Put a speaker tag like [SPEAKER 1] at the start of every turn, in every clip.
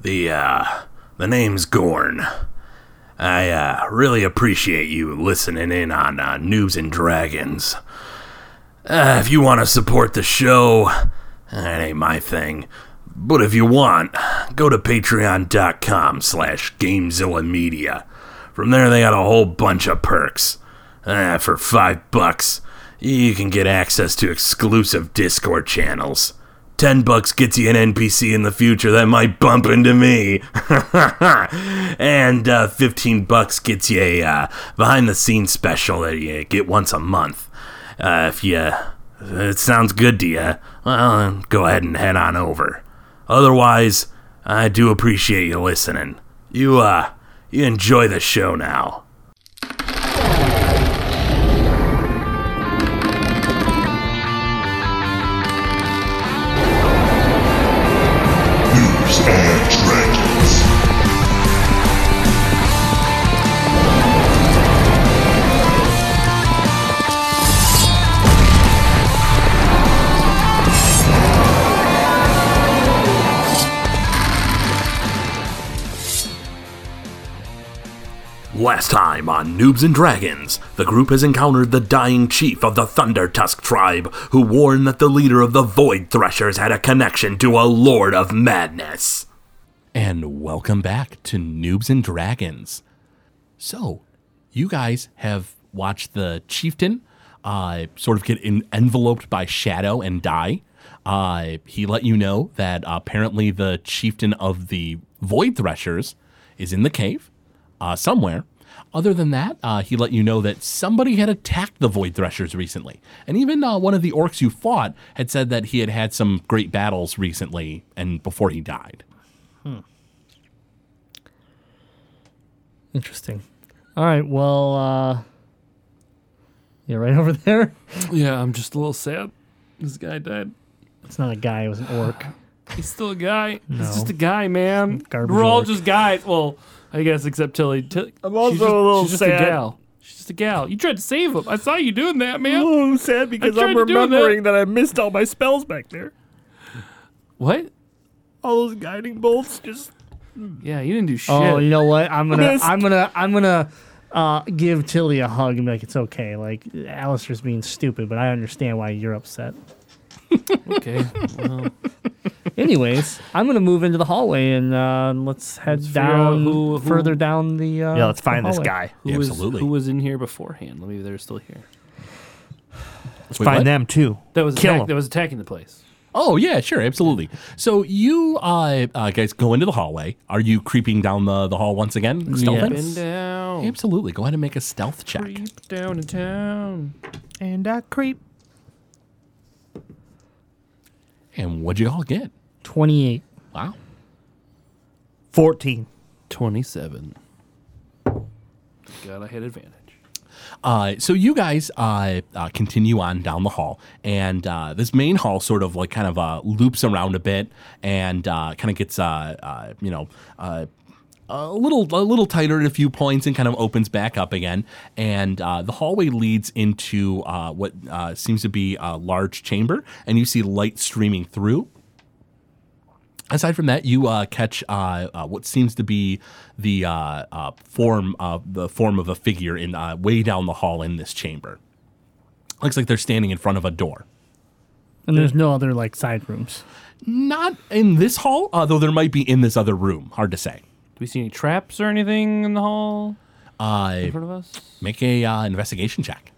[SPEAKER 1] The uh the name's Gorn. I uh really appreciate you listening in on uh, Noobs and Dragons. Uh, if you want to support the show, that ain't my thing. But if you want, go to patreon.com slash Gamezilla Media. From there, they got a whole bunch of perks. Uh, for five bucks, you can get access to exclusive Discord channels. Ten bucks gets you an NPC in the future that might bump into me. and uh, 15 bucks gets you a uh, behind the scenes special that you get once a month. Uh, if you, if it sounds good to you, well, then go ahead and head on over. Otherwise, I do appreciate you listening. You, uh, you enjoy the show now.
[SPEAKER 2] News and Dragons.
[SPEAKER 1] Last time on Noobs and Dragons, the group has encountered the dying chief of the Thundertusk tribe, who warned that the leader of the Void Threshers had a connection to a Lord of Madness.
[SPEAKER 3] And welcome back to Noobs and Dragons. So, you guys have watched the chieftain uh, sort of get en- enveloped by shadow and die. Uh, he let you know that apparently the chieftain of the Void Threshers is in the cave uh, somewhere. Other than that, uh, he let you know that somebody had attacked the Void Threshers recently. And even uh, one of the orcs you fought had said that he had had some great battles recently and before he died.
[SPEAKER 4] Interesting. All right. Well, uh, you're right over there.
[SPEAKER 5] Yeah, I'm just a little sad. This guy died.
[SPEAKER 4] It's not a guy. It was an orc.
[SPEAKER 5] He's still a guy. He's just
[SPEAKER 4] No.
[SPEAKER 5] a guy, man.
[SPEAKER 4] Garbage
[SPEAKER 5] We're all
[SPEAKER 4] orc.
[SPEAKER 5] just guys. Well, I guess except Tilly. Tilly I'm also
[SPEAKER 4] a little
[SPEAKER 5] she's
[SPEAKER 4] sad.
[SPEAKER 5] Just a gal. She's just a gal. You tried to save him. I saw you doing that, man.
[SPEAKER 4] Oh, I'm sad because
[SPEAKER 5] I'm tried to do that. remembering
[SPEAKER 4] that I missed all my spells back there.
[SPEAKER 5] What?
[SPEAKER 4] All those guiding bolts just.
[SPEAKER 5] Yeah, you didn't do shit.
[SPEAKER 4] Oh, you know what? I'm gonna,
[SPEAKER 5] Missed.
[SPEAKER 4] I'm gonna, I'm gonna uh, give Tilly a hug and be like, "It's okay." Like, Alistair's being stupid, but I understand why you're upset.
[SPEAKER 5] Okay. Well,
[SPEAKER 4] Anyways, I'm gonna move into the hallway and uh, let's head
[SPEAKER 5] figure out
[SPEAKER 4] down
[SPEAKER 5] who- who-
[SPEAKER 4] further down the. Uh,
[SPEAKER 6] Yeah, let's
[SPEAKER 4] the
[SPEAKER 6] find this
[SPEAKER 4] hallway.
[SPEAKER 6] guy.
[SPEAKER 5] who
[SPEAKER 3] Yeah,
[SPEAKER 5] was
[SPEAKER 3] absolutely.
[SPEAKER 5] who was in here beforehand? Maybe they're still here.
[SPEAKER 6] Let's
[SPEAKER 3] Wait,
[SPEAKER 6] find
[SPEAKER 3] what?
[SPEAKER 6] them too.
[SPEAKER 5] That was
[SPEAKER 6] Kill
[SPEAKER 5] attack,
[SPEAKER 6] him.
[SPEAKER 5] that was attacking the place.
[SPEAKER 3] Oh yeah, sure, absolutely. So you uh, uh, guys go into the hallway. Are you creeping down the, the hall once again? Stealthing?
[SPEAKER 5] Been down.
[SPEAKER 3] Absolutely. Go ahead and make a stealth check.
[SPEAKER 5] Creep down to town.
[SPEAKER 6] And I creep.
[SPEAKER 3] And what'd you all get?
[SPEAKER 4] Twenty-eight.
[SPEAKER 3] Wow.
[SPEAKER 6] Fourteen.
[SPEAKER 5] Twenty-seven. God, I had advantage.
[SPEAKER 3] Uh, so you guys uh, uh, continue on down the hall, and uh, this main hall sort of like kind of uh, loops around a bit, and uh, kind of gets uh, uh, you know uh, a little a little tighter at a few points, and kind of opens back up again. And uh, the hallway leads into uh, what uh, seems to be a large chamber, and you see light streaming through. Aside from that, you uh, catch uh, uh, what seems to be the uh, uh, form uh, the form of a figure in uh, way down the hall in this chamber. Looks like they're standing in front of a door.
[SPEAKER 4] And there's no other like side rooms.
[SPEAKER 3] Not in this hall, uh, though there might be in this other room. Hard to say.
[SPEAKER 5] Do we see any traps or anything in the hall
[SPEAKER 3] Uh,
[SPEAKER 5] in front of us?
[SPEAKER 3] make a uh, investigation check.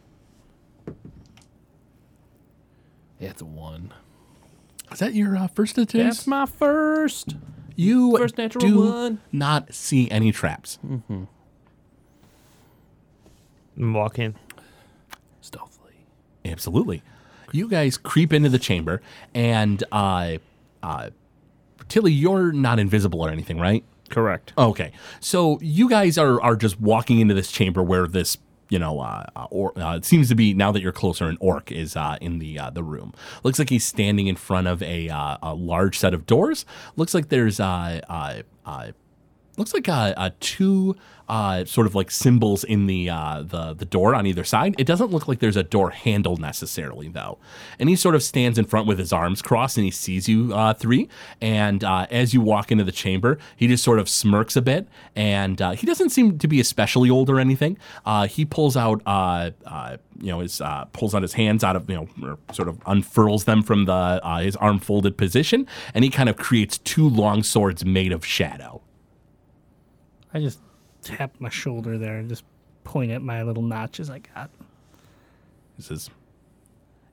[SPEAKER 5] Yeah, it's a one.
[SPEAKER 3] Is that your uh, first of today's?
[SPEAKER 5] That's my first.
[SPEAKER 3] you
[SPEAKER 5] first natural
[SPEAKER 3] do
[SPEAKER 5] one.
[SPEAKER 3] not see any traps.
[SPEAKER 6] And walk in.
[SPEAKER 5] Stealthily.
[SPEAKER 3] Absolutely. You guys creep into the chamber, and uh, uh, Tilly, you're not invisible or anything, right?
[SPEAKER 6] Correct.
[SPEAKER 3] Okay, so you guys are are just walking into this chamber where this you know uh, uh, or uh, it seems to be now that you're closer an orc is uh, in the uh, the room. Looks like he's standing in front of a uh, a large set of doors. Looks like there's uh, uh, uh, looks like uh, uh, two uh, sort of like symbols in the uh, the the door on either side. It doesn't look like there's a door handle necessarily though. And he sort of stands in front with his arms crossed, and he sees you uh, three. And uh, as you walk into the chamber, he just sort of smirks a bit, and uh, he doesn't seem to be especially old or anything. Uh, he pulls out. Uh, uh, you know, his uh, pulls out his hands out of you know, or sort of unfurls them from the uh, his arm folded position, and he kind of creates two long swords made of shadow.
[SPEAKER 4] I just tap my shoulder there and just point at my little notches I got.
[SPEAKER 3] He says,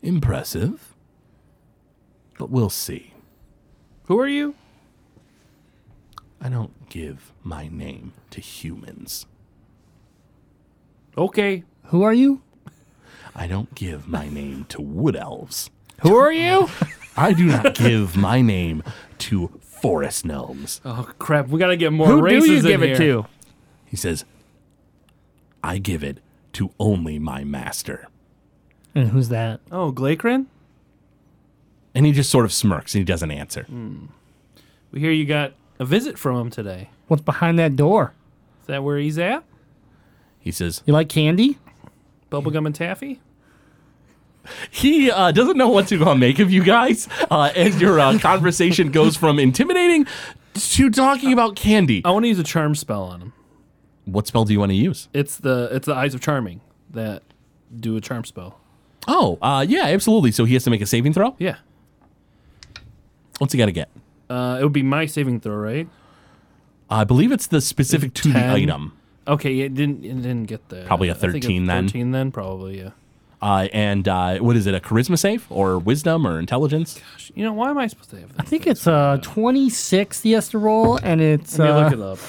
[SPEAKER 3] "Impressive, but we'll see.
[SPEAKER 5] Who are you?
[SPEAKER 3] I don't give my name to humans.
[SPEAKER 5] Okay.
[SPEAKER 4] Who are you?
[SPEAKER 3] I don't give my name to wood elves.
[SPEAKER 5] Who are you?
[SPEAKER 3] I do not give my name to forest gnomes."
[SPEAKER 5] oh crap! We gotta get more
[SPEAKER 6] Who
[SPEAKER 5] races
[SPEAKER 6] do you
[SPEAKER 5] in
[SPEAKER 6] give
[SPEAKER 5] here.
[SPEAKER 6] it to?
[SPEAKER 3] He says, "I give it to only my master."
[SPEAKER 4] And who's that?
[SPEAKER 5] Oh, Glacrin.
[SPEAKER 3] And he just sort of smirks and he doesn't answer.
[SPEAKER 5] We hear you got a visit from him today.
[SPEAKER 4] What's behind that door?
[SPEAKER 5] Is that where he's at?
[SPEAKER 3] He says
[SPEAKER 4] You like candy?
[SPEAKER 5] Bubblegum and taffy.
[SPEAKER 3] he uh, doesn't know what to uh, make of you guys, uh, and your uh, conversation goes from intimidating to talking about candy.
[SPEAKER 5] I want to use a charm spell on him.
[SPEAKER 3] What spell do you want to use?
[SPEAKER 5] It's the it's the eyes of charming that do a charm spell.
[SPEAKER 3] Oh, uh, yeah, absolutely. So he has to make a saving throw.
[SPEAKER 5] Yeah.
[SPEAKER 3] What's he got to get?
[SPEAKER 5] Uh, it would be my saving throw, right?
[SPEAKER 3] I believe it's the specific to the
[SPEAKER 5] 10.
[SPEAKER 3] item,
[SPEAKER 5] Okay, it didn't it didn't get there.
[SPEAKER 3] Probably a
[SPEAKER 5] I think it's
[SPEAKER 3] 13 then.
[SPEAKER 5] Thirteen then, probably yeah.
[SPEAKER 3] uh, and uh, what is it? A charisma save or wisdom or intelligence?
[SPEAKER 5] You know why am I supposed to have
[SPEAKER 4] I
[SPEAKER 5] that?
[SPEAKER 4] think it's uh 26 he has to roll, and it's
[SPEAKER 5] Let me
[SPEAKER 4] uh,
[SPEAKER 5] look it up.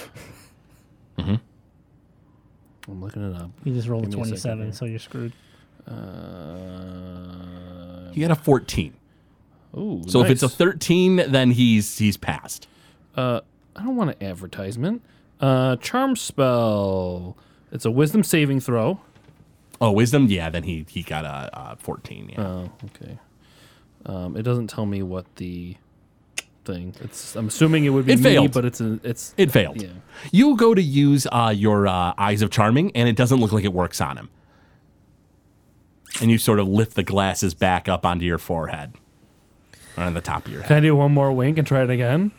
[SPEAKER 3] Mm-hmm.
[SPEAKER 5] I'm looking it up.
[SPEAKER 4] you just rolled a
[SPEAKER 5] Give me a second
[SPEAKER 4] 27,
[SPEAKER 5] here.
[SPEAKER 4] so you're screwed.
[SPEAKER 5] Uh,
[SPEAKER 3] He got a fourteen.
[SPEAKER 5] ooh,
[SPEAKER 3] So if it's a
[SPEAKER 5] nice.
[SPEAKER 3] thirteen, then he's he's passed.
[SPEAKER 5] uh, I don't want an advertisement. Uh, charm spell. It's a wisdom saving throw.
[SPEAKER 3] Oh, wisdom? Yeah, then he he got a, uh fourteen. Yeah.
[SPEAKER 5] Oh, okay. Um, it doesn't tell me what the thing. It's. I'm assuming it would be
[SPEAKER 3] It
[SPEAKER 5] me,
[SPEAKER 3] failed.
[SPEAKER 5] but it's a, it's
[SPEAKER 3] It failed.
[SPEAKER 5] Yeah.
[SPEAKER 3] You go to use uh, your uh, Eyes of Charming, and it doesn't look like it works on him. And you sort of lift the glasses back up onto your forehead, or on the top of your head.
[SPEAKER 5] Can I do one more wink and try it again?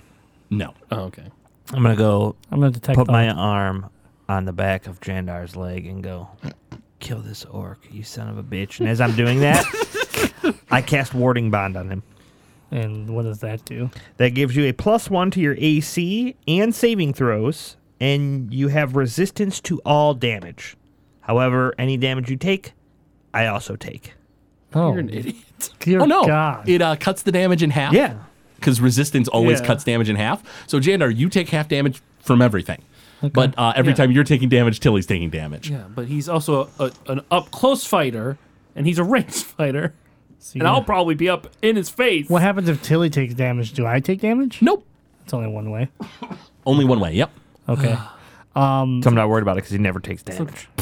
[SPEAKER 3] No.
[SPEAKER 5] Oh, okay.
[SPEAKER 6] I'm gonna go
[SPEAKER 4] I'm gonna detect
[SPEAKER 6] put
[SPEAKER 4] all-
[SPEAKER 6] my arm on the back of Jandar's leg and go, kill this orc, you son of a bitch. And as I'm doing that, I cast Warding Bond on him.
[SPEAKER 4] and what does that do?
[SPEAKER 6] That gives you a plus one to your AC and saving throws, and you have resistance to all damage. However, any damage you take, I also take.
[SPEAKER 4] Oh,
[SPEAKER 5] You're an idiot.
[SPEAKER 4] dear
[SPEAKER 3] Oh no!
[SPEAKER 4] God.
[SPEAKER 3] It uh, cuts the damage in half.
[SPEAKER 6] Yeah.
[SPEAKER 3] Because resistance always
[SPEAKER 5] Yeah.
[SPEAKER 3] cuts damage in half. So Jandar, you take half damage from everything, but uh, every time you're taking damage, Tilly's taking damage.
[SPEAKER 5] Yeah, but he's also a, a, an up close fighter, and he's a ranged fighter,
[SPEAKER 4] So
[SPEAKER 5] and
[SPEAKER 4] you're-
[SPEAKER 5] I'll probably be up in his face.
[SPEAKER 4] what happens if Tilly takes damage? Do I take damage?
[SPEAKER 3] Nope.
[SPEAKER 4] It's only one way.
[SPEAKER 3] Only one way. Yep.
[SPEAKER 4] Okay.
[SPEAKER 6] So I'm not worried about it because he never takes damage.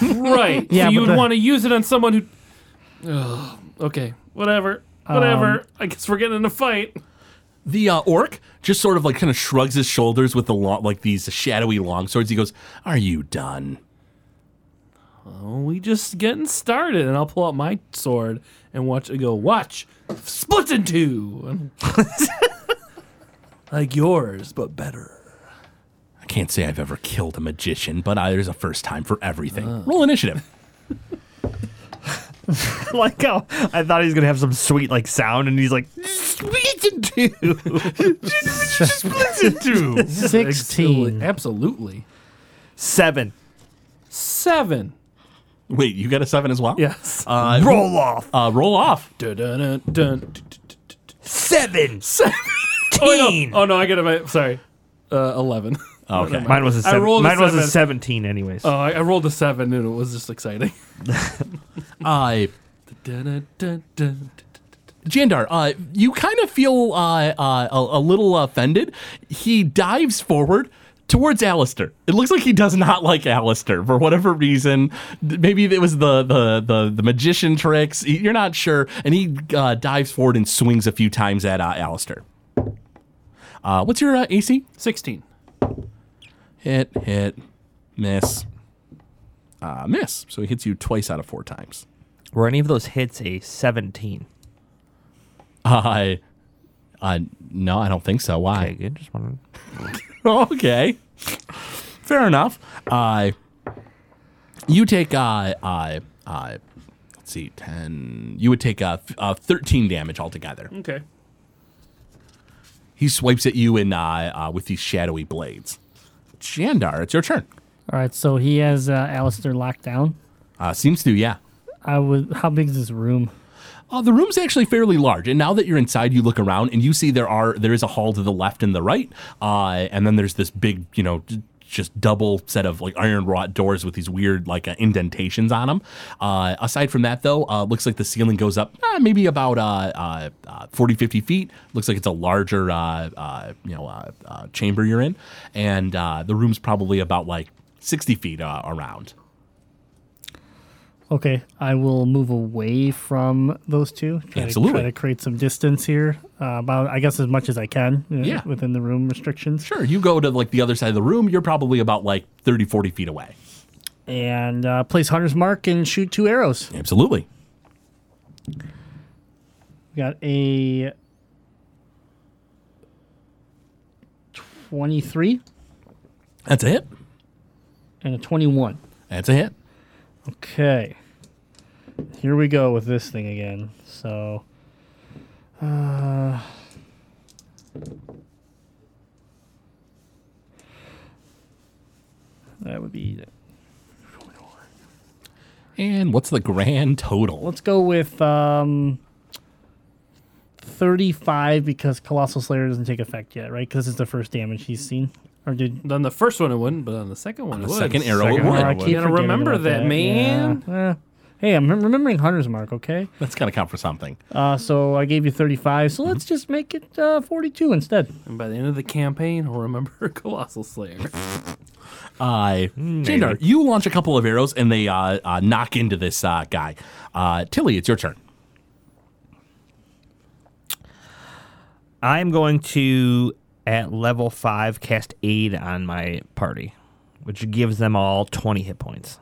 [SPEAKER 5] Right.
[SPEAKER 4] Yeah,
[SPEAKER 5] so
[SPEAKER 4] but
[SPEAKER 5] you would
[SPEAKER 4] the-
[SPEAKER 5] want to use it on someone who. Ugh, okay. Whatever.
[SPEAKER 4] Um,
[SPEAKER 5] Whatever. I guess we're getting in a fight.
[SPEAKER 3] The uh, orc just sort of like kind of shrugs his shoulders with the long, like these shadowy long swords. He goes, "Are you done?"
[SPEAKER 5] We just getting started, and I'll pull out my sword and watch. I go watch. Splits in two. And- like yours, but better.
[SPEAKER 3] I can't say I've ever killed a magician, but I, there's a first time for everything. Roll initiative.
[SPEAKER 6] like how I thought he was gonna have some sweet like sound, and he's like,
[SPEAKER 5] Absolutely.
[SPEAKER 4] 16.
[SPEAKER 5] Absolutely.
[SPEAKER 6] seven.
[SPEAKER 5] Seven.
[SPEAKER 3] Wait, you got a seven as well?
[SPEAKER 5] Yes.
[SPEAKER 3] Uh,
[SPEAKER 6] Roll off.
[SPEAKER 3] uh, roll off.
[SPEAKER 5] Dun, dun, dun, dun, dun, dun, dun.
[SPEAKER 6] Seven.
[SPEAKER 5] Oh,
[SPEAKER 6] Seventeen.
[SPEAKER 5] no. Oh, no, I got it. Sorry. Uh, 11.
[SPEAKER 3] Okay.
[SPEAKER 6] Mine was a
[SPEAKER 5] I
[SPEAKER 6] seven.
[SPEAKER 5] rolled a
[SPEAKER 6] Mine was a
[SPEAKER 5] seven.
[SPEAKER 6] seventeen, anyways.
[SPEAKER 5] Oh, I, I rolled a 7 and it was just exciting.
[SPEAKER 3] Uh,
[SPEAKER 5] Dun, dun, dun, dun,
[SPEAKER 3] Jandar, uh, you kind of feel uh, uh, a, a little offended. He dives forward towards Alistair. It looks like he does not like Alistair for whatever reason. D- Maybe it was the the the, the magician tricks. Y- You're not sure. And he uh, dives forward and swings a few times at uh, Alistair. Uh, what's your uh, AC?
[SPEAKER 5] 16.
[SPEAKER 3] Hit, hit, miss, uh, miss. So he hits you twice out of four times.
[SPEAKER 6] Were any of those hits a 17?
[SPEAKER 3] I, I no, I don't think so. Why?
[SPEAKER 6] Okay, good. Just wondering.
[SPEAKER 3] okay. Fair enough. Uh, you take, uh, uh, uh, let's see, 10. You would take uh, f- uh, 13 damage altogether.
[SPEAKER 5] Okay.
[SPEAKER 3] He swipes at you in, uh, uh, with these shadowy blades. Shandar, it's your turn.
[SPEAKER 4] All right, so he has uh, Alistair locked down.
[SPEAKER 3] Uh, seems to, yeah.
[SPEAKER 4] I would. How big is this room?
[SPEAKER 3] Uh, the room's actually fairly large, and now that you're inside, you look around and you see there are there is a hall to the left and the right, uh, and then there's this big, you know, j- just double set of like iron wrought doors with these weird like uh, indentations on them. Uh, aside from that, though, uh, looks like the ceiling goes up uh, maybe about uh, uh, uh, 40, 50 feet. Looks like it's a larger, uh, uh, you know, uh, uh, chamber you're in, and uh, the room's probably about like sixty feet uh, around.
[SPEAKER 4] Okay, I will move away from those two. Try
[SPEAKER 3] Absolutely.
[SPEAKER 4] To, try to create some distance here, uh, about I guess as much as I can. uh,
[SPEAKER 3] Yeah.
[SPEAKER 4] Within the room restrictions.
[SPEAKER 3] Sure, you go to like the other side of the room, you're probably about like 30, 40 feet away.
[SPEAKER 4] And uh, place Hunter's Mark and shoot two arrows.
[SPEAKER 3] Absolutely.
[SPEAKER 4] We got a twenty-three
[SPEAKER 3] That's a hit.
[SPEAKER 4] and a twenty-one.
[SPEAKER 3] That's a hit.
[SPEAKER 4] Okay. Here we go with this thing again. So, uh, that would be.
[SPEAKER 3] And what's the grand total?
[SPEAKER 4] Let's go with um, thirty-five because Colossal Slayer doesn't take effect yet, right? Because it's the first damage he's seen. Or did
[SPEAKER 5] Then the first one it wouldn't, but on the second one
[SPEAKER 3] The
[SPEAKER 5] it would.
[SPEAKER 3] second arrow
[SPEAKER 6] Second
[SPEAKER 3] it
[SPEAKER 4] Oh,
[SPEAKER 3] would.
[SPEAKER 5] arrow.
[SPEAKER 4] I
[SPEAKER 5] would.
[SPEAKER 4] keep
[SPEAKER 5] You gotta
[SPEAKER 4] forgetting
[SPEAKER 5] remember
[SPEAKER 4] about
[SPEAKER 5] that, man.
[SPEAKER 4] Yeah. Eh. Hey, I'm remembering Hunter's Mark. Okay.
[SPEAKER 3] That's got to count for something.
[SPEAKER 4] Uh, so I gave you 35. So let's just make it uh, 42 instead.
[SPEAKER 5] And by the end of the campaign, I'll remember Colossal Slayer.
[SPEAKER 3] I, Jandar, you launch a couple of arrows and they uh, uh, knock into this uh, guy. Uh, Tilly, it's your turn.
[SPEAKER 6] I'm going to, at level 5, cast Aid on my party, which gives them all 20 hit points.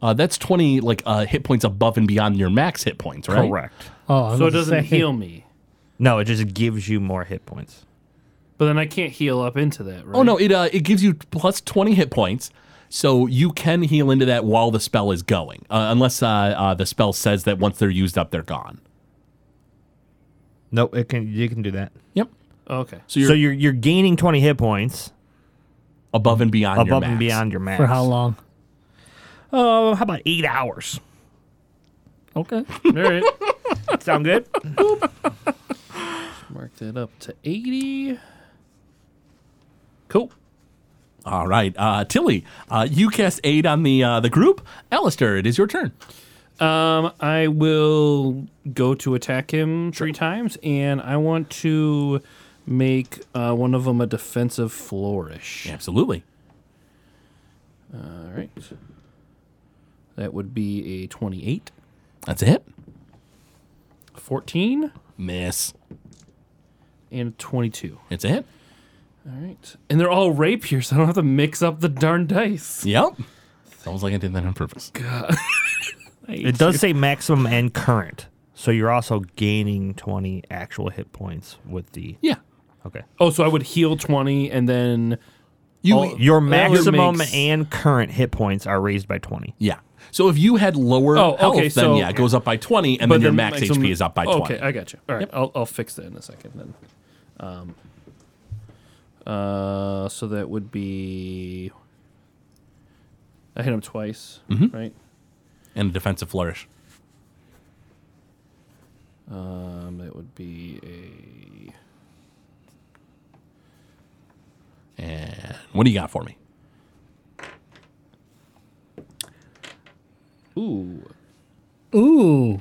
[SPEAKER 3] Uh, that's twenty like uh, hit points above and beyond your max hit points, right?
[SPEAKER 6] Correct.
[SPEAKER 4] Oh, I
[SPEAKER 5] so it
[SPEAKER 4] was
[SPEAKER 5] doesn't
[SPEAKER 4] saying-
[SPEAKER 5] heal me.
[SPEAKER 6] No, it just gives you more hit points.
[SPEAKER 5] But then I can't heal up into that, right?
[SPEAKER 3] Oh no, it uh, it gives you plus twenty hit points, so you can heal into that while the spell is going, uh, unless uh, uh, the spell says that once they're used up, they're gone.
[SPEAKER 6] Nope, it can you can do that.
[SPEAKER 3] Yep.
[SPEAKER 5] Okay.
[SPEAKER 3] So you're
[SPEAKER 6] so you're you're gaining 20 hit points
[SPEAKER 3] above and beyond. your
[SPEAKER 6] above and
[SPEAKER 3] max.
[SPEAKER 6] beyond your max.
[SPEAKER 4] For how long?
[SPEAKER 6] Oh, how about 8 hours?
[SPEAKER 4] Okay.
[SPEAKER 5] All right.
[SPEAKER 6] Sound good?
[SPEAKER 5] Mark that up to 80. Cool.
[SPEAKER 3] All right, uh, Tilly, uh, you cast aid on the uh, the group. Alistair, it is your turn.
[SPEAKER 5] Um, I will go to attack him three times, and I want to make uh, one of them a defensive flourish.
[SPEAKER 3] Absolutely.
[SPEAKER 5] All right. That would be a 28,
[SPEAKER 3] That's a hit.
[SPEAKER 5] 14,
[SPEAKER 3] Miss.
[SPEAKER 5] and 22.
[SPEAKER 3] It's a hit.
[SPEAKER 5] All right. And they're all rapiers, so I don't have to mix up the darn dice.
[SPEAKER 3] Yep. Sounds like I did that on purpose.
[SPEAKER 6] It does say maximum and current. So you're also gaining 20 actual hit points with the
[SPEAKER 3] Yeah.
[SPEAKER 6] Okay.
[SPEAKER 5] Oh, so I would heal 20 and then.
[SPEAKER 3] You.
[SPEAKER 5] Oh,
[SPEAKER 6] Your
[SPEAKER 5] that would
[SPEAKER 6] maximum
[SPEAKER 5] make s-
[SPEAKER 6] and current hit points are raised by 20.
[SPEAKER 3] yeah. So if you had lower
[SPEAKER 5] Oh,
[SPEAKER 3] health,
[SPEAKER 5] okay,
[SPEAKER 3] then
[SPEAKER 5] so-
[SPEAKER 3] yeah, it goes up by twenty, and
[SPEAKER 5] but
[SPEAKER 3] then Oh, your
[SPEAKER 5] then
[SPEAKER 3] max
[SPEAKER 5] maximum-
[SPEAKER 3] HP is up by twenty.
[SPEAKER 5] Oh, Okay, I got you. All right. I'll, I'll fix that in a second then. Um, uh, so that would be. I hit him twice,
[SPEAKER 3] Mm-hmm.
[SPEAKER 5] right?
[SPEAKER 3] and a defensive flourish.
[SPEAKER 5] Um, that would be a
[SPEAKER 3] And what do you got for me?
[SPEAKER 5] Ooh,
[SPEAKER 4] Ooh.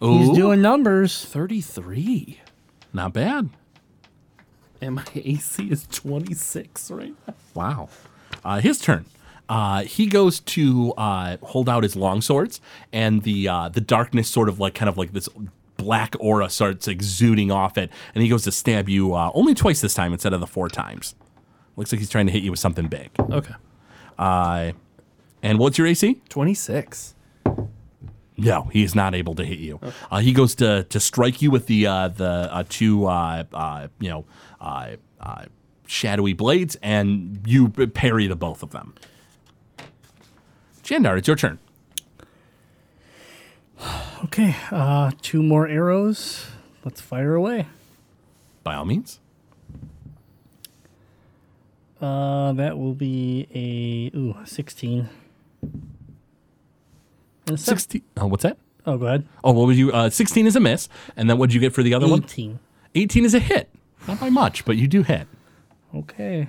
[SPEAKER 4] He's
[SPEAKER 3] Ooh,
[SPEAKER 4] doing numbers.
[SPEAKER 5] 33.
[SPEAKER 3] not bad.
[SPEAKER 5] And my AC is 26 right now.
[SPEAKER 3] Wow. Uh, his turn. Uh, he goes to uh, hold out his long swords, and the uh, the darkness sort of like kind of like this black aura starts exuding off it, and he goes to stab you uh, only twice this time instead of the four times. Looks like he's trying to hit you with something big.
[SPEAKER 5] Okay.
[SPEAKER 3] Uh, and what's your AC?
[SPEAKER 5] 26.
[SPEAKER 3] No, he is not able to hit you. Uh, he goes to to strike you with the uh, the uh, two uh, uh, you know uh, uh, shadowy blades, and you p- parry the both of them. Jandar, it's your turn.
[SPEAKER 4] Okay, uh, two more arrows. Let's fire away.
[SPEAKER 3] By all means,
[SPEAKER 4] Uh, that will be a ooh sixteen. And sev-
[SPEAKER 3] sixteen. Oh, what's that?
[SPEAKER 4] Oh, go ahead.
[SPEAKER 3] Oh, what would you? Uh, Sixteen is a miss, and then what did you get for the other one?
[SPEAKER 4] Eighteen.
[SPEAKER 3] Eighteen is a hit. Not by much, but you do hit.
[SPEAKER 4] Okay.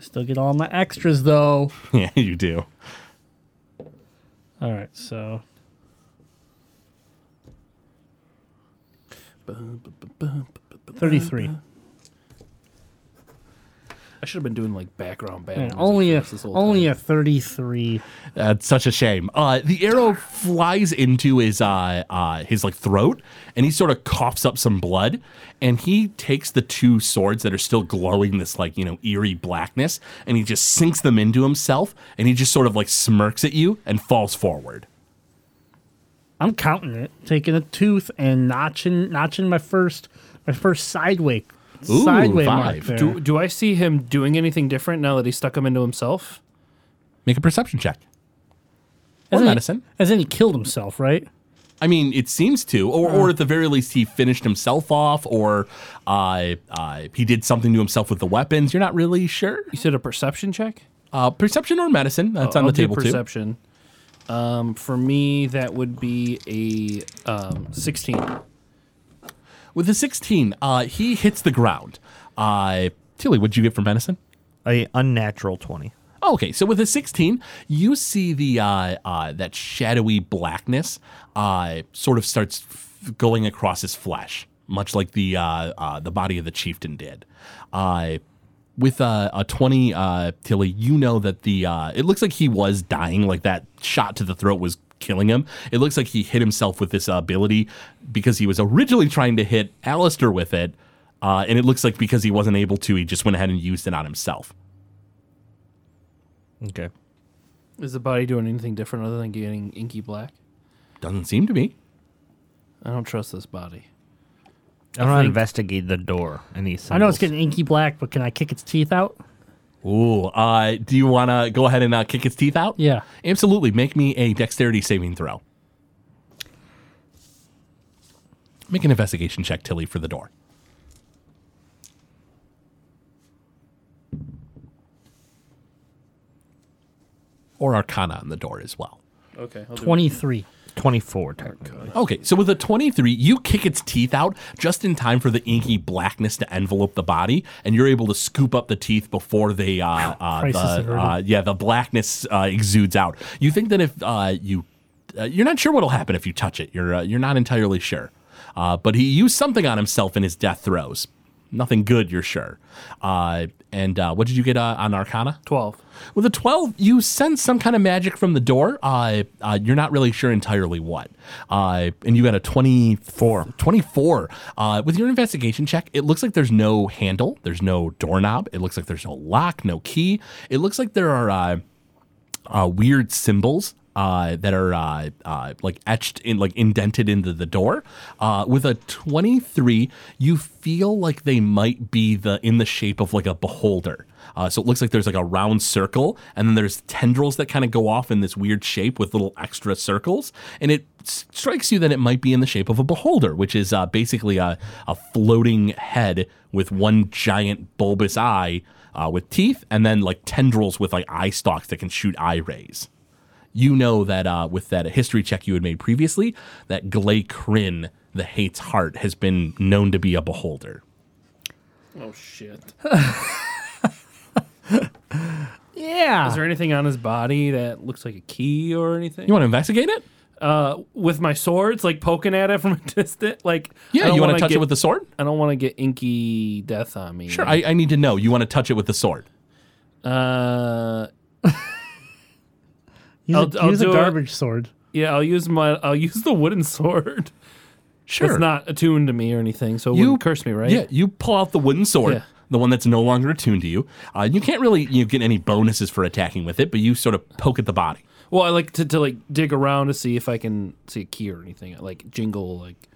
[SPEAKER 4] Still get all my extras though.
[SPEAKER 3] yeah, you do.
[SPEAKER 4] All right, so thirty-three.
[SPEAKER 5] I should have been doing like background battle.
[SPEAKER 4] Yeah,
[SPEAKER 5] music
[SPEAKER 4] only
[SPEAKER 5] for
[SPEAKER 4] a
[SPEAKER 5] us this whole
[SPEAKER 4] only
[SPEAKER 5] time.
[SPEAKER 4] a thirty-three.
[SPEAKER 3] That's such a shame. Uh, the arrow flies into his uh, uh, his like throat, and he sort of coughs up some blood. And he takes the two swords that are still glowing this like you know eerie blackness, and he just sinks them into himself, and he just sort of like smirks at you and falls forward.
[SPEAKER 4] I'm counting it, taking a tooth and notching notching my first my first sideway
[SPEAKER 3] Ooh,
[SPEAKER 4] sideway mark
[SPEAKER 3] five.
[SPEAKER 4] there.
[SPEAKER 5] Do, do I see him doing anything different now that he stuck him into himself?
[SPEAKER 3] Make a perception check. Or
[SPEAKER 4] As in-
[SPEAKER 3] medicine.
[SPEAKER 4] As in he killed himself, right?
[SPEAKER 3] I mean, it seems to, or, or at the very least, he finished himself off, or uh, uh, he did something to himself with the weapons. You're not really sure.
[SPEAKER 5] You said a perception check?
[SPEAKER 3] Uh, perception or medicine? That's on
[SPEAKER 5] Uh, I'll
[SPEAKER 3] the
[SPEAKER 5] do
[SPEAKER 3] table too.
[SPEAKER 5] perception. Um, for me, that would be a um, 16.
[SPEAKER 3] With a 16, uh, he hits the ground. Uh, Tilly, what'd you get for medicine?
[SPEAKER 6] A unnatural 20.
[SPEAKER 3] Okay, so with a 16, you see the uh, uh, that shadowy blackness uh, sort of starts f- going across his flesh, much like the uh, uh, the body of the chieftain did. Uh, with a, a 20, uh, Tilly, you know that the uh, it looks like he was dying, like that shot to the throat was killing him. It looks like he hit himself with this ability because he was originally trying to hit Alistair with it. Uh, and it looks like because he wasn't able to, he just went ahead and used it on himself.
[SPEAKER 6] Okay.
[SPEAKER 5] Is the body doing anything different other than getting inky black?
[SPEAKER 3] Doesn't seem to be.
[SPEAKER 5] I don't trust this body.
[SPEAKER 6] I'm gonna investigate the door. Any
[SPEAKER 4] I know it's getting inky black, but can I kick its teeth out?
[SPEAKER 3] Ooh, uh, do you want to go ahead and uh, kick its teeth out?
[SPEAKER 4] Yeah.
[SPEAKER 3] Absolutely. Make me a dexterity saving throw. Make an investigation check, Tilly, for the door. Or Arcana on the door as well.
[SPEAKER 5] Okay. I'll do it.
[SPEAKER 4] Twenty-three.
[SPEAKER 6] 24 technically.
[SPEAKER 3] Okay, so with a 23, you kick its teeth out just in time for the inky blackness to envelope the body, and you're able to scoop up the teeth before they, uh, uh,
[SPEAKER 4] Crisis
[SPEAKER 3] the,
[SPEAKER 4] averted.
[SPEAKER 3] uh yeah, the blackness uh, exudes out. You think that if uh, you, uh, you're not sure what'll happen if you touch it. You're uh, you're not entirely sure, uh, but he used something on himself in his death throes. Nothing good, you're sure. Uh, and uh, what did you get uh, on Arcana?
[SPEAKER 5] 12.
[SPEAKER 3] With a 12, you sense some kind of magic from the door. Uh, uh, you're not really sure entirely what. Uh, and you got a 24. 24. Uh, with your investigation check, it looks like there's no handle, there's no doorknob, it looks like there's no lock, no key. It looks like there are. Uh, uh, weird symbols uh, that are uh, uh, like etched in, like indented into the door. Uh, with a 23, you feel like they might be the in the shape of like a beholder. Uh, so it looks like there's like a round circle, and then there's tendrils that kind of go off in this weird shape with little extra circles. And it s- strikes you that it might be in the shape of a beholder, which is uh, basically a, a floating head with one giant bulbous eye uh, with teeth and then like tendrils with like eye stalks that can shoot eye rays. You know that uh, with that history check you had made previously, that Glay Kryn, the Hate's Heart, has been known to be a beholder.
[SPEAKER 5] Oh, shit.
[SPEAKER 4] Yeah.
[SPEAKER 5] Is there anything on his body that looks like a key or anything?
[SPEAKER 3] You want to investigate it?
[SPEAKER 5] uh, with my swords, like poking at it from a distance? Like, I
[SPEAKER 3] Yeah,
[SPEAKER 5] don't
[SPEAKER 3] Uh, you want to
[SPEAKER 5] wanna
[SPEAKER 3] touch
[SPEAKER 5] get-
[SPEAKER 3] it with the sword?
[SPEAKER 5] I don't want to get inky death on me.
[SPEAKER 3] Sure. I, I need to know. You want to touch it with the sword?
[SPEAKER 5] uh,
[SPEAKER 4] Use,
[SPEAKER 5] I'll-
[SPEAKER 4] a,
[SPEAKER 5] I'll
[SPEAKER 4] use a
[SPEAKER 5] do it.
[SPEAKER 4] garbage sword.
[SPEAKER 5] yeah, I'll use my I'll use the wooden sword
[SPEAKER 3] Sure.
[SPEAKER 5] It's not attuned to me or anything, so it wouldn't curse me, right?
[SPEAKER 3] Yeah, you pull out the wooden sword,
[SPEAKER 5] Yeah.
[SPEAKER 3] the one that's no longer attuned to you. Uh, you can't really you know, get any bonuses for attacking with it, but you sort of poke at the body.
[SPEAKER 5] Well, I like to, to like dig around to see if I can see a key or anything. Like jingle, like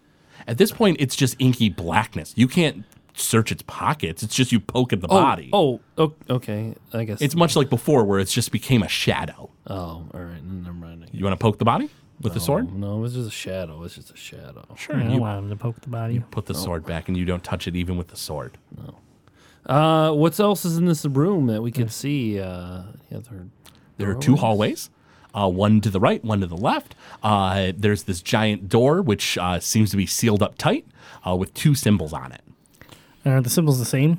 [SPEAKER 3] At this point, it's just inky blackness. You can't search its pockets. It's just you poke at the body.
[SPEAKER 5] Oh, oh, o- okay. I guess
[SPEAKER 3] It's much like before, where it's just became a shadow.
[SPEAKER 5] Oh, all right. Never mind.
[SPEAKER 3] You want to poke the body with the
[SPEAKER 5] Oh.
[SPEAKER 3] sword?
[SPEAKER 5] No, it's just a shadow. It's just a shadow.
[SPEAKER 3] Sure.
[SPEAKER 4] I don't
[SPEAKER 3] You
[SPEAKER 4] want him to poke the body.
[SPEAKER 3] put
[SPEAKER 5] Oh.
[SPEAKER 3] the sword back, and you don't touch it even with the sword.
[SPEAKER 5] Uh, what else is in this room that we could see? Uh, any other
[SPEAKER 3] There are
[SPEAKER 5] Oh.
[SPEAKER 3] two hallways, uh, one to the right, one to the left. Uh, there's this giant door which uh, seems to be sealed up tight uh, with two symbols on it.
[SPEAKER 4] Are the symbols the same?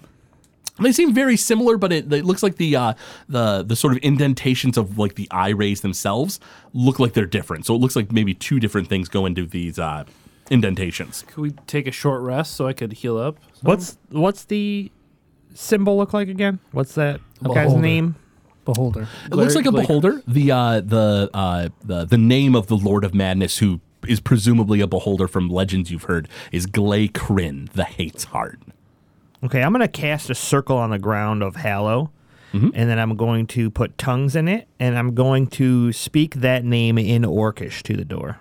[SPEAKER 3] They seem very similar, but it, it looks like the uh, the the sort of indentations of like the eye rays themselves look like they're different. So it looks like maybe two different things go into these uh, indentations.
[SPEAKER 5] Could we take a short rest so I could heal up?
[SPEAKER 6] What's what's the symbol look like again? What's that guy's
[SPEAKER 4] Beholder.
[SPEAKER 6] name?
[SPEAKER 4] Beholder.
[SPEAKER 3] It looks like a
[SPEAKER 5] Like-
[SPEAKER 3] beholder. The uh, the uh, the the name of the Lord of Madness, who is presumably a beholder from legends you've heard, is Glay Kryn, the Hate's Heart.
[SPEAKER 6] Okay, I'm gonna cast a circle on the ground of Hallow, and then I'm going to put tongues in it, and I'm going to speak that name in Orcish to the door.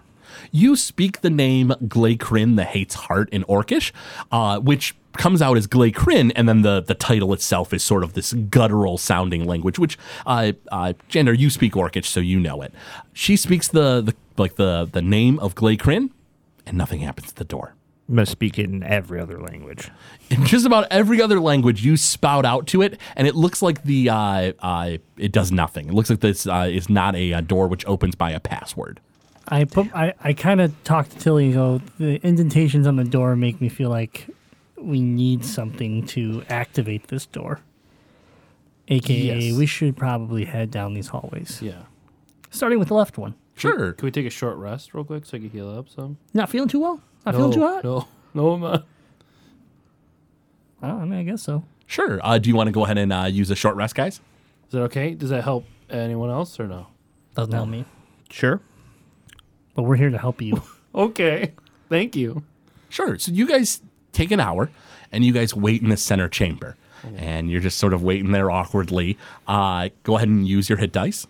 [SPEAKER 3] You speak the name Glacrin, the Hate's Heart in Orcish, uh, which comes out as Glacrin, and then the, the title itself is sort of this guttural sounding language, which, uh, uh, Jander, you speak Orcish, so you know it. She speaks the, the like the, the name of Glacrin, and nothing happens at the door.
[SPEAKER 6] I'm gonna speak it in every other language.
[SPEAKER 3] In just about every other language, you spout out to it, and it looks like the uh, uh, it does nothing. It looks like this uh, is not a, uh door which opens by a password.
[SPEAKER 4] I put. I, I kind of talk to Tilly and go. The indentations on the door make me feel like we need something to activate this door. AKA,
[SPEAKER 5] Yes.
[SPEAKER 4] we should probably head down these hallways,
[SPEAKER 5] Yeah.
[SPEAKER 4] starting with the left one.
[SPEAKER 3] Sure.
[SPEAKER 5] Can we take a short rest real quick so I can heal up some?
[SPEAKER 4] Not feeling too well. Not
[SPEAKER 5] no,
[SPEAKER 4] feeling too hot.
[SPEAKER 5] No, no, I'm not.
[SPEAKER 4] Oh, I mean, I guess so.
[SPEAKER 3] Sure. Uh, do you want to go ahead and uh, use a short rest, guys?
[SPEAKER 5] Is that okay? Does that help anyone else or no?
[SPEAKER 4] Doesn't help me.
[SPEAKER 6] Sure.
[SPEAKER 4] But we're here to help you.
[SPEAKER 5] Okay. Thank you.
[SPEAKER 3] Sure. So you guys take an hour and you guys wait in the center chamber. And you're just sort of waiting there awkwardly. Uh, go ahead and use your hit dice.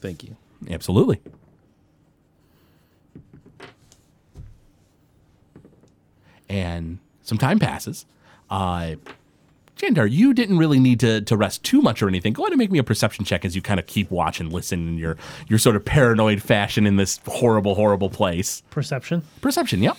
[SPEAKER 5] Thank you.
[SPEAKER 3] Absolutely. And some time passes. Uh, Jandar, you didn't really need to, to rest too much or anything. Go ahead and make me a perception check as you kind of keep watch and listen in your, your sort of paranoid fashion in this horrible, horrible place.
[SPEAKER 4] Perception.
[SPEAKER 3] Perception, yep.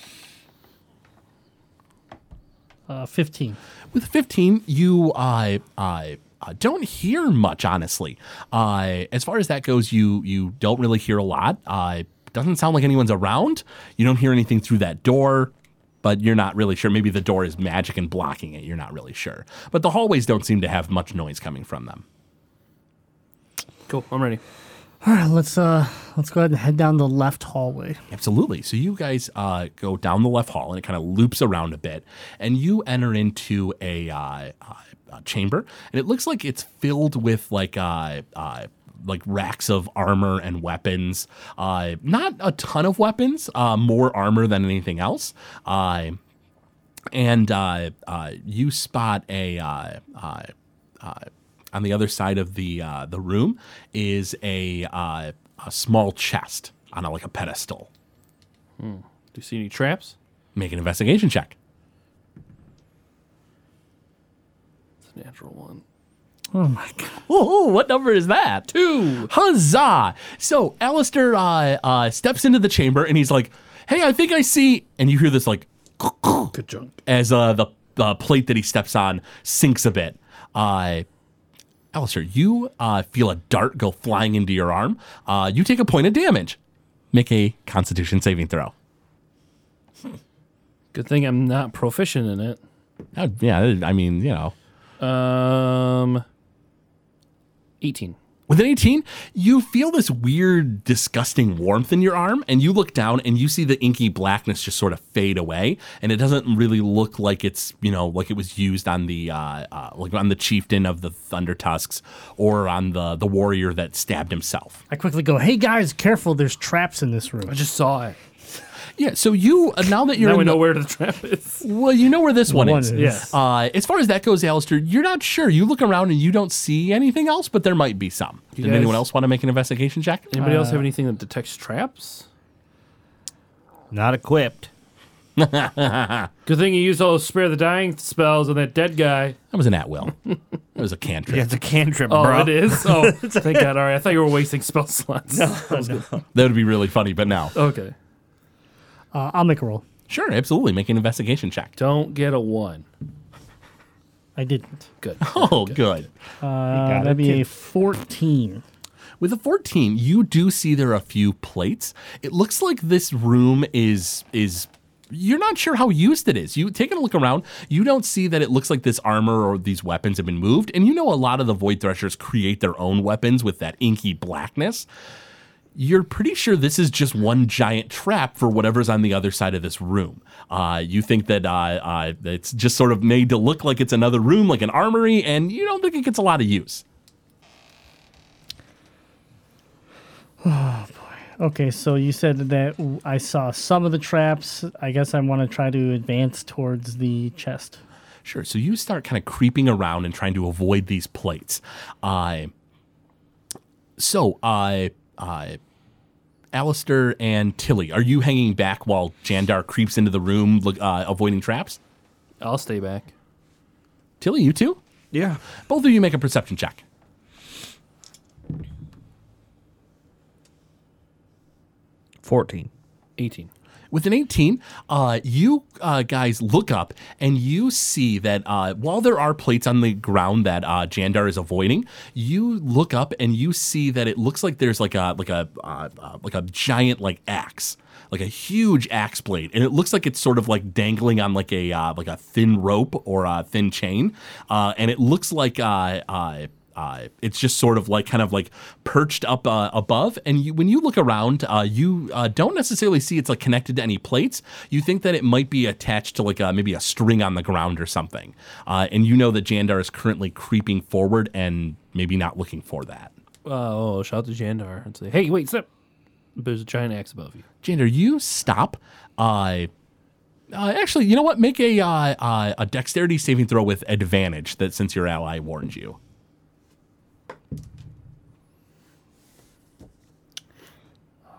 [SPEAKER 4] Uh, Fifteen.
[SPEAKER 3] with 15 you uh, uh, uh, don't hear much honestly uh, as far as that goes you you don't really hear a lot uh, doesn't sound like anyone's around you don't hear anything through that door but you're not really sure maybe the door is magic and blocking it you're not really sure but the hallways don't seem to have much noise coming from them
[SPEAKER 5] Cool. I'm ready.
[SPEAKER 4] All right, let's uh, let's go ahead and head down the left hallway.
[SPEAKER 3] Absolutely. So you guys uh, go down the left hall, and it kind of loops around a bit, and you enter into a, uh, uh, a chamber, and it looks like it's filled with like uh, uh, like racks of armor and weapons. Uh, not a ton of weapons, uh, more armor than anything else. Uh, and uh, uh, you spot a uh, uh, uh, on the other side of the uh, the room is a uh, a small chest on a, like a pedestal.
[SPEAKER 5] Do you see any traps?
[SPEAKER 3] Make an investigation check.
[SPEAKER 5] It's a natural one.
[SPEAKER 4] Oh my god!
[SPEAKER 3] Ooh, what number is that? Two. Huzzah! So Alistair uh, uh, steps into the chamber and he's like, "Hey, I think I see." And you hear this like
[SPEAKER 5] Good junk.
[SPEAKER 3] as uh, the uh, plate that he steps on sinks a bit. Uh, Alistair, you uh, feel a dart go flying into your arm. Uh, you take a point of damage. Make a Constitution saving throw.
[SPEAKER 5] Good thing I'm not proficient in it.
[SPEAKER 3] Uh, yeah, I mean, you know.
[SPEAKER 5] Um, 18.
[SPEAKER 3] With an 18, you feel this weird, disgusting warmth in your arm, and you look down and you see the inky blackness just sort of fade away, and it doesn't really look like it's, you know, like it was used on the, uh, uh, like on the chieftain of the Thunder Tusks or on the the warrior that stabbed himself.
[SPEAKER 4] I quickly go. Hey guys, careful! There's traps in this room.
[SPEAKER 5] I just saw it.
[SPEAKER 3] Yeah. So you uh, now that you're
[SPEAKER 5] Now
[SPEAKER 3] in
[SPEAKER 5] we
[SPEAKER 3] the-
[SPEAKER 5] know where the trap is.
[SPEAKER 3] well, you know where this one, is.
[SPEAKER 5] Yes.
[SPEAKER 3] Uh, as far as that goes, Alistair, you're not sure. You look around and you don't see anything else, but there might be some. Did
[SPEAKER 5] guys-
[SPEAKER 3] anyone else want to make an investigation check? Uh,
[SPEAKER 5] Anybody else have anything that detects traps?
[SPEAKER 6] Not equipped.
[SPEAKER 5] Good thing you used all those spare the dying spells on that dead guy.
[SPEAKER 3] That was an at will. That was a cantrip.
[SPEAKER 6] Yeah, it's a cantrip,
[SPEAKER 5] Oh,
[SPEAKER 6] bro.
[SPEAKER 5] it is. Oh, thank God! All right, I thought you were wasting spell slots.
[SPEAKER 3] That would be really funny, but no.
[SPEAKER 5] Okay,
[SPEAKER 4] Uh, I'll make a roll.
[SPEAKER 3] Sure, absolutely. Make an investigation check.
[SPEAKER 5] don't get a one.
[SPEAKER 4] I didn't.
[SPEAKER 5] Good.
[SPEAKER 3] Oh, good.
[SPEAKER 4] Uh, that'd be a 14.
[SPEAKER 3] With a 14, you do see there are a few plates. It looks like this room is is you're not sure how used it is. You taking a look around, you don't see that it looks like this armor or these weapons have been moved. And you know a lot of the void threshers create their own weapons with that inky blackness. You're pretty sure this is just one giant trap for whatever's on the other side of this room. Uh, you think that uh, uh, it's just sort of made to look like it's another room, like an armory, and you don't think it gets a lot of use.
[SPEAKER 4] Okay, so you said that w- I saw some of the traps. I guess I want to try to advance towards the chest.
[SPEAKER 3] Sure. So you start kind of creeping around and trying to avoid these plates. Uh, so, uh, uh, Alistair and Tilly, are you hanging back while Jandar creeps into the room, look- uh, avoiding traps?
[SPEAKER 5] I'll stay back.
[SPEAKER 3] Tilly, you too?
[SPEAKER 6] Yeah.
[SPEAKER 3] Both of you make a perception check.
[SPEAKER 6] Fourteen.
[SPEAKER 5] Eighteen.
[SPEAKER 3] With an 18, uh, you uh, guys look up and you see that uh, while there are plates on the ground that uh, Jandar is avoiding, you look up and you see that it looks like there's like a like a uh, uh, like a giant like axe, like a huge axe blade, and it looks like it's sort of like dangling on like a uh, like a thin rope or a thin chain, uh, and it looks like. Uh, uh, uh, it's just sort of like kind of like perched up uh, above. And you, when you look around, uh, you uh, don't necessarily see it's like connected to any plates. You think that it might be attached to like a, maybe a string on the ground or something. Uh, and you know that Jandar is currently creeping forward and maybe not looking for that.
[SPEAKER 5] Oh, shout to Jandar and say, "Hey, wait, stop!" There's a giant axe above you.
[SPEAKER 3] Jandar, you stop. Uh, uh, actually, you know what? Make a uh, uh, a dexterity saving throw with advantage. That since your ally warned you.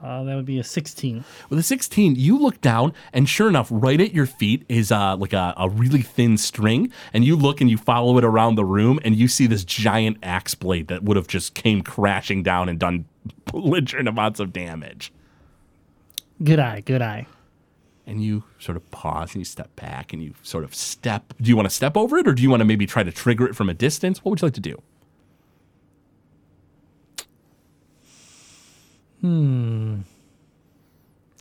[SPEAKER 4] Uh, that would be a 16.
[SPEAKER 3] With a 16, you look down, and sure enough, right at your feet is uh, like a, a really thin string. And you look and you follow it around the room, and you see this giant axe blade that would have just came crashing down and done belligerent amounts of damage.
[SPEAKER 4] Good eye, good eye.
[SPEAKER 3] And you sort of pause and you step back and you sort of step. Do you want to step over it, or do you want to maybe try to trigger it from a distance? What would you like to do?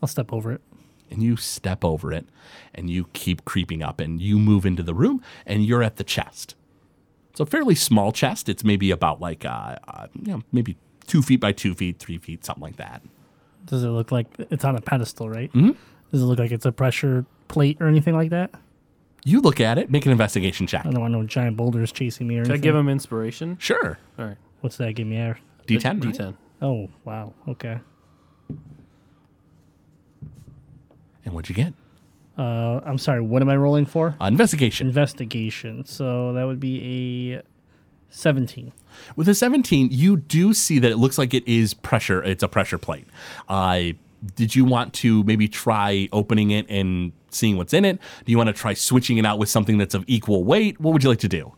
[SPEAKER 4] I'll step over it.
[SPEAKER 3] and you step over it and you keep creeping up and you move into the room and you're at the chest. It's a fairly small chest. It's maybe about like, uh, uh, you know, maybe two feet by two feet, three feet, something like that.
[SPEAKER 4] Does it look like it's on a pedestal, right? Mm-hmm. Does it look like it's a pressure plate or anything like that?
[SPEAKER 3] You look at it, make an investigation check.
[SPEAKER 4] I don't want no giant boulders chasing me or
[SPEAKER 5] Did I
[SPEAKER 4] anything.
[SPEAKER 5] give him inspiration?
[SPEAKER 3] Sure.
[SPEAKER 5] All right,
[SPEAKER 4] What's that give me? Air?
[SPEAKER 3] D10. right?
[SPEAKER 5] D10.
[SPEAKER 4] Oh, wow. Okay.
[SPEAKER 3] And what'd you get?
[SPEAKER 4] Uh, I'm sorry, what am I rolling for?
[SPEAKER 3] Uh, investigation.
[SPEAKER 4] Investigation. So that would be a 17.
[SPEAKER 3] With a 17, you do see that it looks like it is pressure. It's a pressure plate. I. did you want to maybe try opening it and seeing what's in it? Do you want to try switching it out with something that's of equal weight? What would you like to do?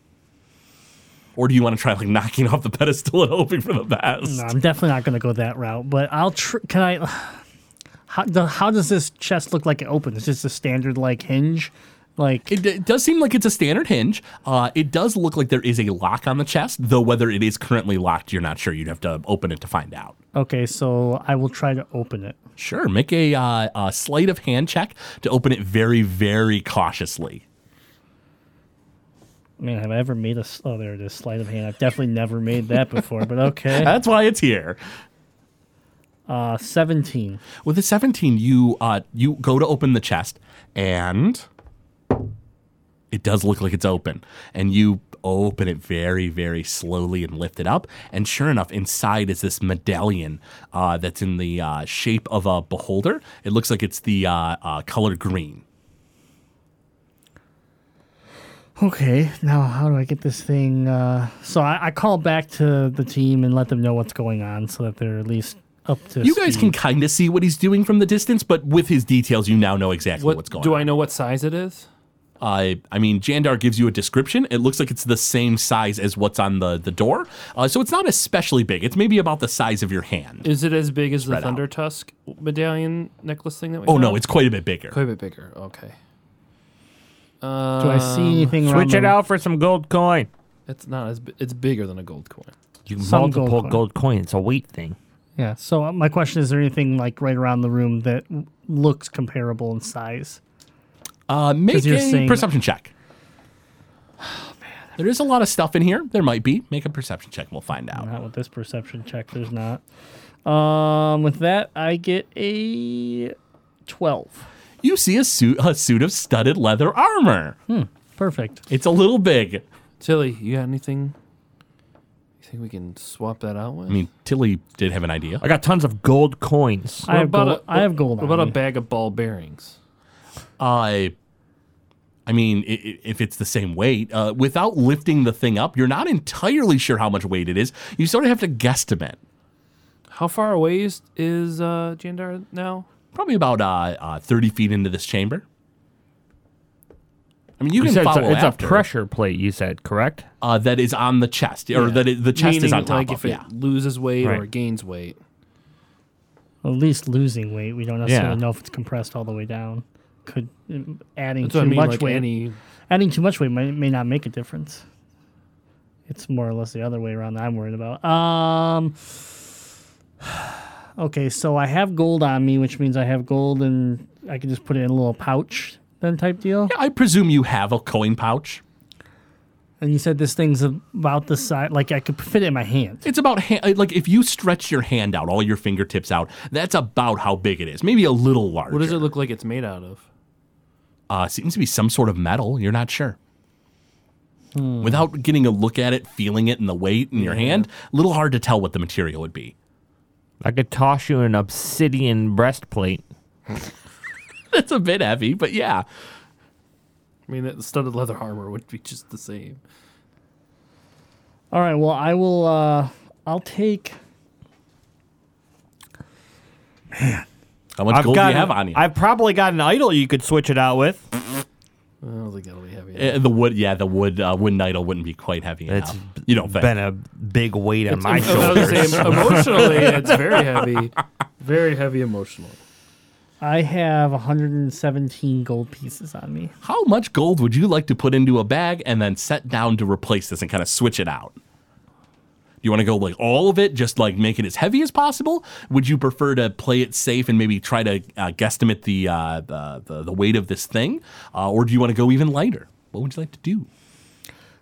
[SPEAKER 3] Or do you want to try like knocking off the pedestal and hoping for the best?
[SPEAKER 4] No, I'm definitely not going to go that route, but I'll tr- can I how, the, how does this chest look like it opens? It's just a standard like hinge like
[SPEAKER 3] It, it does seem like it's a standard hinge. Uh, it does look like there is a lock on the chest, though whether it is currently locked, you're not sure. You'd have to open it to find out.
[SPEAKER 4] okay, so I will try to open it.
[SPEAKER 3] Sure, make a, uh, a sleight of hand check to open it very, very cautiously.
[SPEAKER 4] Man, have I ever made a s- oh there it is sleight of hand? I've definitely never made that before, but okay.
[SPEAKER 3] That's why it's here.
[SPEAKER 4] Uh, Seventeen.
[SPEAKER 3] With a 17, you uh, you go to open the chest and it does look like it's open. And you open it very, very slowly and lift it up. And sure enough, inside is this medallion uh, that's in the uh, shape of a beholder. It looks like it's the uh, uh, color green.
[SPEAKER 4] Okay, now how do I get this thing? Uh, so I, I call back to the team and let them know what's going on so that they're at least up to.
[SPEAKER 3] You guys can kind of see what he's doing from the distance, but with his details, you now know exactly
[SPEAKER 5] What,
[SPEAKER 3] what's going
[SPEAKER 5] do
[SPEAKER 3] on.
[SPEAKER 5] I know what size it is?
[SPEAKER 3] I, Uh, I mean, Jandar gives you a description. It looks like it's the same size as what's on the, the door. Uh, so it's not especially big. It's maybe about the size of your hand.
[SPEAKER 5] Is it as big as the
[SPEAKER 3] Spread out.
[SPEAKER 5] Thunder Tusk medallion necklace thing that we
[SPEAKER 3] Oh,
[SPEAKER 5] found?
[SPEAKER 3] no, it's quite a bit bigger.
[SPEAKER 5] quite a bit bigger. Okay.
[SPEAKER 4] Do I see anything? around
[SPEAKER 6] Switch it
[SPEAKER 4] the-
[SPEAKER 6] out for some gold coin.
[SPEAKER 5] Uh, It's not as bi- it's bigger than a gold coin.
[SPEAKER 6] You
[SPEAKER 4] Some multiple gold coin. gold
[SPEAKER 6] coin. It's a weight thing.
[SPEAKER 4] Yeah. So uh, my question is: Is there anything like right around the room that w- looks comparable in size?
[SPEAKER 3] Uh, make
[SPEAKER 4] you're
[SPEAKER 3] a
[SPEAKER 4] saying-
[SPEAKER 3] perception check. There is a lot of stuff in here. There might be. Make a perception check. We'll find out.
[SPEAKER 4] Not with this perception check. There's not. Um, with that, I get a twelve.
[SPEAKER 3] You see a suit, a suit of studded leather armor.
[SPEAKER 4] Perfect.
[SPEAKER 3] It's a little big.
[SPEAKER 5] Tilly, you got anything? You think we can swap that out with?
[SPEAKER 3] I mean, Tilly did have an idea.
[SPEAKER 6] I got tons of gold coins.
[SPEAKER 4] I have gold. I have gold.
[SPEAKER 5] What about
[SPEAKER 4] on
[SPEAKER 5] a
[SPEAKER 4] me.
[SPEAKER 5] bag of ball bearings?
[SPEAKER 3] I, I mean, i- i- if it's the same weight, uh, without lifting the thing up, you're not entirely sure how much weight it is. You sort of have to guesstimate.
[SPEAKER 5] How far away is, is uh, Jandar now?
[SPEAKER 3] Probably about uh, uh, 30 feet into this chamber. I mean, you,
[SPEAKER 6] You
[SPEAKER 3] can
[SPEAKER 6] said it's
[SPEAKER 3] follow
[SPEAKER 6] a, it's a
[SPEAKER 3] after.
[SPEAKER 6] pressure plate. You said correct.
[SPEAKER 3] uh, that is on the chest, or that it, the chest
[SPEAKER 5] Meaning,
[SPEAKER 3] is on top
[SPEAKER 5] like
[SPEAKER 3] of.
[SPEAKER 5] if it
[SPEAKER 3] yeah.
[SPEAKER 5] loses weight or
[SPEAKER 6] Right.
[SPEAKER 5] gains weight.
[SPEAKER 4] At least losing weight. We don't necessarily
[SPEAKER 6] Yeah.
[SPEAKER 4] know if it's compressed all the way down. Could um, adding
[SPEAKER 5] That's
[SPEAKER 4] too
[SPEAKER 5] what I mean.
[SPEAKER 4] much
[SPEAKER 5] Like
[SPEAKER 4] weight.
[SPEAKER 5] any
[SPEAKER 4] adding too much weight may, may not make a difference. It's more or less the other way around that I'm worried about. Um, okay, so I have gold on me, which means I have gold and I can just put it in a little pouch, then type deal.
[SPEAKER 3] I presume you have a coin pouch.
[SPEAKER 4] And you said this thing's about the size, like I could fit it in my hand.
[SPEAKER 3] It's about ha- uh, like if you stretch your hand out, all your fingertips out. That's about how big it is. Maybe a little larger.
[SPEAKER 5] What does it look like it's made out of?
[SPEAKER 3] Uh, seems to be some sort of metal. You're not sure. Without getting a look at it, feeling it, and the weight in your hand, a little hard to tell what the material would be.
[SPEAKER 6] I could toss you an obsidian breastplate.
[SPEAKER 3] It's a bit heavy, but yeah.
[SPEAKER 5] I mean, that studded leather armor would be just the same.
[SPEAKER 4] All right, well, I will, uh, I'll take,
[SPEAKER 3] How much gold do you have on you?
[SPEAKER 6] I've probably got an idol you could switch it out with.
[SPEAKER 5] I don't think that'll be heavy.
[SPEAKER 3] Uh, the wood, yeah, the wood uh, wooden idol wouldn't be quite heavy
[SPEAKER 6] It's
[SPEAKER 3] enough. You don't think?
[SPEAKER 6] Been a big weight on my
[SPEAKER 5] I was
[SPEAKER 6] shoulders.
[SPEAKER 5] gonna say, emotionally, it's very heavy. Very heavy emotionally.
[SPEAKER 4] I have 117 gold pieces on me.
[SPEAKER 3] How much gold would you like to put into a bag and then set down to replace this and kind of switch it out? Do you want to go like all of it, just like make it as heavy as possible? Would you prefer to play it safe and maybe try to uh, guesstimate the, uh, the, the the weight of this thing, uh, or do you want to go even lighter? What would you like to do?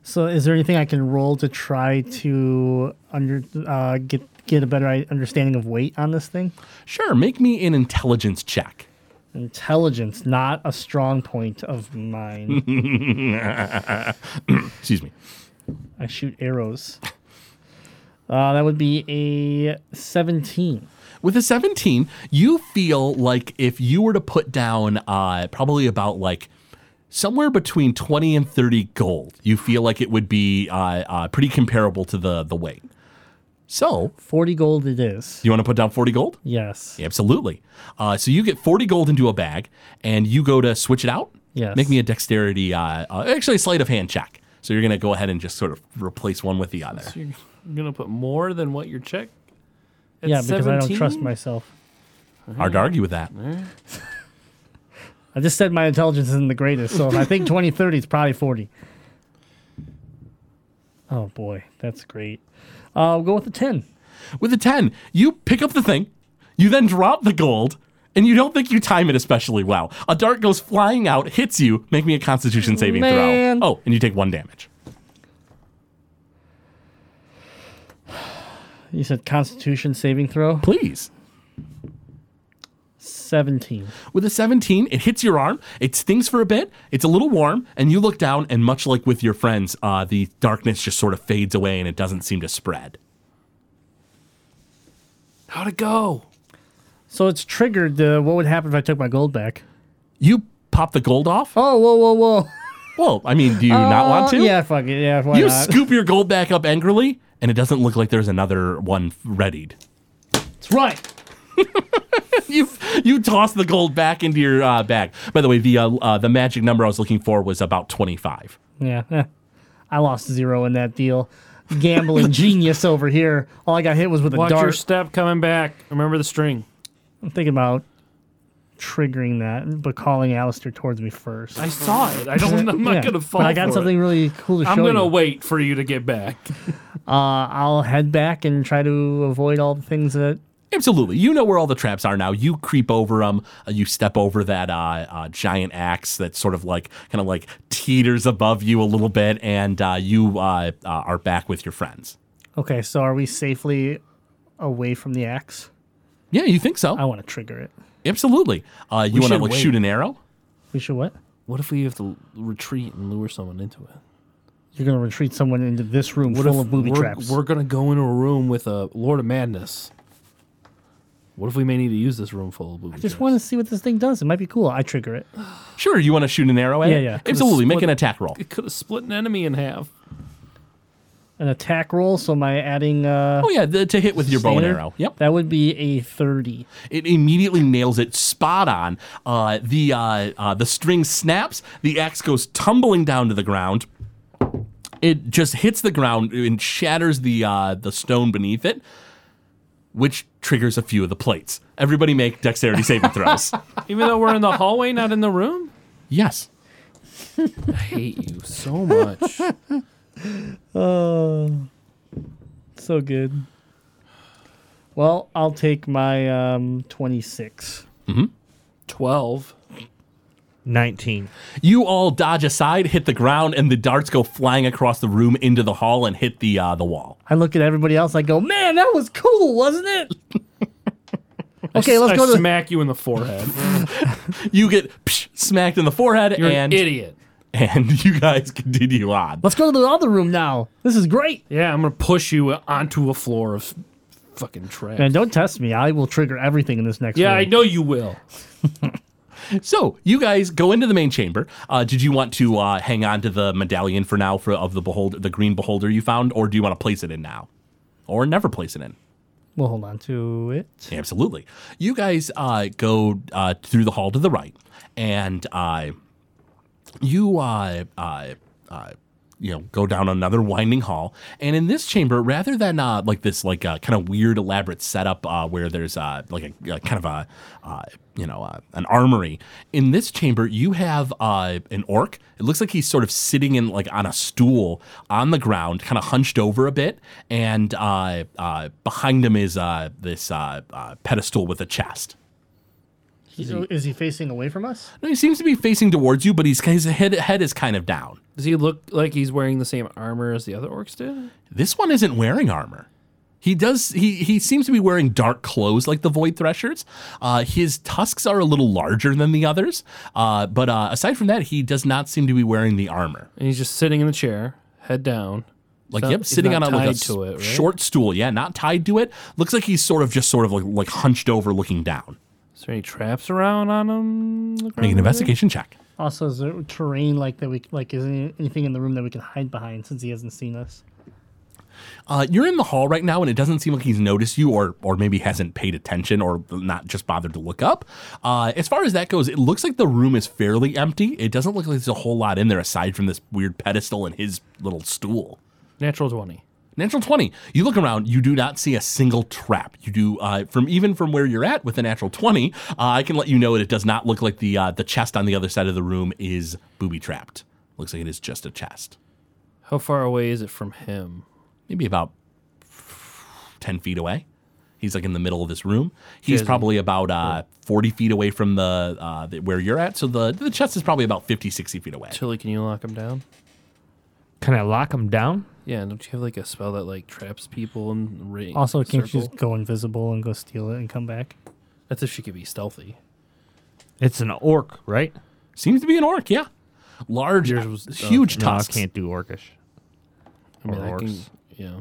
[SPEAKER 4] So, is there anything I can roll to try to under uh, get get a better i- understanding of weight on this thing?
[SPEAKER 3] Sure, make me an intelligence check.
[SPEAKER 4] Intelligence, not a strong point of mine.
[SPEAKER 3] Excuse me.
[SPEAKER 4] I shoot arrows. Uh, that would be a seventeen.
[SPEAKER 3] with a 17 you feel like if you were to put down uh, probably about like somewhere between 20 and 30 gold you feel like it would be uh, uh, pretty comparable to the the weight so
[SPEAKER 4] Forty gold it is.
[SPEAKER 3] you want to put down 40 gold
[SPEAKER 4] Yes.
[SPEAKER 3] absolutely uh, so you get 40 gold into a bag and you go to switch it out
[SPEAKER 4] Yes.
[SPEAKER 3] make me a dexterity uh, uh, actually a sleight of hand check so you're going to go ahead and just sort of replace one with the other
[SPEAKER 5] You're gonna put more than what your check. at
[SPEAKER 4] Yeah, because I don't
[SPEAKER 5] 17?
[SPEAKER 4] trust myself.
[SPEAKER 3] hard to argue with that
[SPEAKER 4] I just said my intelligence isn't the greatest, so if I think 20, 30, it's probably 40. Oh boy, that's great. Uh, we'll go with a 10.
[SPEAKER 3] With a 10, you pick up the thing, you then drop the gold, and you don't think you time it especially well. A dart goes flying out, hits you, make me a constitution saving
[SPEAKER 4] Man.
[SPEAKER 3] throw. Oh, and you take one damage.
[SPEAKER 4] You said Constitution saving throw.
[SPEAKER 3] Please.
[SPEAKER 4] Seventeen.
[SPEAKER 3] With a 17, it hits your arm, it stings for a bit, it's a little warm, and you look down, and much like with your friends, uh, the darkness just sort of fades away and it doesn't seem to spread.
[SPEAKER 5] How'd it go?
[SPEAKER 4] So it's triggered. The what would happen if I took my gold back?
[SPEAKER 3] You pop the gold off?
[SPEAKER 4] Oh, whoa, whoa, whoa!
[SPEAKER 3] Well, I mean, do you not want to?
[SPEAKER 4] Oh, Yeah, fuck it. Yeah, why
[SPEAKER 3] You
[SPEAKER 4] not?
[SPEAKER 3] scoop your gold back up angrily, and it doesn't look like there's another one readied.
[SPEAKER 4] That's right.
[SPEAKER 3] you you toss the gold back into your uh, bag. By the way, the uh, uh, the magic number I was looking for was about 25.
[SPEAKER 4] Yeah, eh. I lost zero in that deal. Gambling genius over here. All I got hit was with a
[SPEAKER 5] Watch your
[SPEAKER 4] dart.
[SPEAKER 5] step coming back. Remember the string.
[SPEAKER 4] I'm thinking about triggering that, but calling Alistair towards me first.
[SPEAKER 5] I saw it. I don't. I'm not
[SPEAKER 4] Yeah,
[SPEAKER 5] gonna fall.
[SPEAKER 4] But I got
[SPEAKER 5] for
[SPEAKER 4] something
[SPEAKER 5] It.
[SPEAKER 4] really cool to show
[SPEAKER 5] I'm gonna
[SPEAKER 4] you.
[SPEAKER 5] wait for you to get back.
[SPEAKER 4] Uh, I'll head back and try to avoid all the things that.
[SPEAKER 3] Absolutely. You know where all the traps are now. You creep over them. you step over that uh, uh, giant axe that sort of like kind of like teeters above you a little bit, and uh, you uh, uh, are back with your friends.
[SPEAKER 4] Okay, so are we safely away from the axe?
[SPEAKER 3] Yeah, you think so?
[SPEAKER 4] I want to trigger it.
[SPEAKER 3] Absolutely. Uh, you want to
[SPEAKER 5] should
[SPEAKER 3] like
[SPEAKER 5] wait.
[SPEAKER 3] shoot an arrow?
[SPEAKER 4] We should what?
[SPEAKER 5] What if we have to retreat and lure someone into it?
[SPEAKER 4] You're gonna retreat someone into this room
[SPEAKER 5] What
[SPEAKER 4] full
[SPEAKER 5] if
[SPEAKER 4] of booby
[SPEAKER 5] we're,
[SPEAKER 4] traps.
[SPEAKER 5] We're gonna go into a room with a Lord of Madness. What if we may need to use this room full of booby
[SPEAKER 4] Just
[SPEAKER 5] traps?
[SPEAKER 4] want to see what this thing does. It might be cool. I trigger it.
[SPEAKER 3] Sure. You want to shoot an arrow? At
[SPEAKER 4] Yeah,
[SPEAKER 3] it?
[SPEAKER 4] yeah.
[SPEAKER 3] Absolutely. Make an
[SPEAKER 5] Split-
[SPEAKER 3] attack roll.
[SPEAKER 5] It could have split an enemy in half.
[SPEAKER 4] An attack roll. So am I adding? Uh,
[SPEAKER 3] Oh yeah, the, to hit with your bow and
[SPEAKER 4] standard?
[SPEAKER 3] arrow. Yep.
[SPEAKER 4] That would be a thirty.
[SPEAKER 3] It immediately nails it spot on. Uh, the uh, uh, the string snaps. The axe goes tumbling down to the ground. It just hits the ground and shatters the uh, the stone beneath it, which triggers a few of the plates. Everybody make dexterity saving throws.
[SPEAKER 5] Even though we're in the hallway, not in the room.
[SPEAKER 3] yes.
[SPEAKER 5] I hate you so much.
[SPEAKER 4] Oh, so good. Well, I'll take my um, twenty-six.
[SPEAKER 5] Twelve.
[SPEAKER 6] 19.
[SPEAKER 3] You all dodge aside, hit the ground, and the darts go flying across the room into the hall and hit the uh, the wall.
[SPEAKER 4] I look at everybody else. I go, man, that was cool, wasn't it? okay, let's
[SPEAKER 5] I
[SPEAKER 4] go to.
[SPEAKER 5] smack you in the forehead.
[SPEAKER 3] You get psh, smacked in the forehead,
[SPEAKER 5] You're
[SPEAKER 3] and
[SPEAKER 5] an idiot.
[SPEAKER 3] and you guys continue on.
[SPEAKER 4] let's go to the other room now. This is great.
[SPEAKER 5] Yeah, I'm gonna push you onto a floor of fucking trash.
[SPEAKER 4] Man, don't test me. I will trigger everything in this next.
[SPEAKER 5] yeah,
[SPEAKER 4] room.
[SPEAKER 5] I know you will.
[SPEAKER 3] So you guys go into the main chamber. Uh, did you want to uh, hang on to the medallion for now for of the beholder, the green beholder you found, or do you want to place it in now, or never place it in?
[SPEAKER 4] We'll hold on to it.
[SPEAKER 3] Absolutely. You guys uh, go uh, through the hall to the right, and uh, you uh, uh, uh, you know go down another winding hall. And in this chamber, rather than uh, like this like uh, kind of weird elaborate setup uh, where there's uh, like a, a kind of a uh, you know uh, an armory, in this chamber you have uh, an orc. It looks like he's sort of sitting in like on a stool on the ground, kind of hunched over a bit, and uh, uh, behind him is uh, this uh, uh, pedestal with a chest.
[SPEAKER 4] is he facing away from us?
[SPEAKER 3] No, He seems to be facing towards you, but he's, his head, head is kind of down.
[SPEAKER 5] Does he look like he's wearing the same armor as the other orcs did?
[SPEAKER 3] This one isn't wearing armor. He does. He he seems to be wearing dark clothes like the Void Threshers. Uh, his tusks are a little larger than the others, uh, but uh, aside from that, he does not seem to be wearing the armor.
[SPEAKER 5] And he's just sitting in the chair, head down.
[SPEAKER 3] Like
[SPEAKER 5] not-
[SPEAKER 3] yep,
[SPEAKER 5] he's
[SPEAKER 3] sitting on
[SPEAKER 5] not
[SPEAKER 3] a, like a
[SPEAKER 5] tied to it, right?
[SPEAKER 3] short stool. Yeah, not tied to it. Looks like he's sort of just sort of like, like hunched over, looking down.
[SPEAKER 5] Is there any traps around on him? Look
[SPEAKER 3] Make an
[SPEAKER 5] around
[SPEAKER 3] investigation check.
[SPEAKER 4] Also, is there terrain like that? We like is there anything in the room that we can hide behind since he hasn't seen us?
[SPEAKER 3] Uh, you're in the hall right now, and it doesn't seem like he's noticed you, or or maybe hasn't paid attention, or not just bothered to look up. Uh, as far as that goes, it looks like the room is fairly empty. It doesn't look like there's a whole lot in there aside from this weird pedestal and his little stool.
[SPEAKER 5] there? Natural 20.
[SPEAKER 3] Natural twenty. You look around. You do not see a single trap. You do uh, from even from where you're at with a natural twenty. Uh, I can let you know that it does not look like the uh, the chest on the other side of the room is booby trapped. Looks like it is just a chest,
[SPEAKER 5] How far away is it from him?
[SPEAKER 3] maybe about ten feet away. He's like in the middle of this room. He's
[SPEAKER 5] Jazzy.
[SPEAKER 3] probably about uh, forty feet away from the, uh, the where you're at. So the the chest is probably about 50, 60 feet away.
[SPEAKER 5] Tilly, can you lock him down?
[SPEAKER 6] Can I lock him down?
[SPEAKER 5] Yeah, don't you have like a spell that like traps people and ring?
[SPEAKER 4] Also, can't
[SPEAKER 5] circle?
[SPEAKER 4] you just go invisible and go steal it and come back?
[SPEAKER 5] That's if she could be stealthy.
[SPEAKER 6] It's an orc, right?
[SPEAKER 3] Seems to be an orc, yeah. Large, uh,
[SPEAKER 5] Yours was- oh,
[SPEAKER 3] huge
[SPEAKER 6] No, I
[SPEAKER 3] tusks.
[SPEAKER 6] can't do orcish.
[SPEAKER 5] I mean,
[SPEAKER 6] Or
[SPEAKER 5] I can,
[SPEAKER 6] orcs.
[SPEAKER 5] yeah.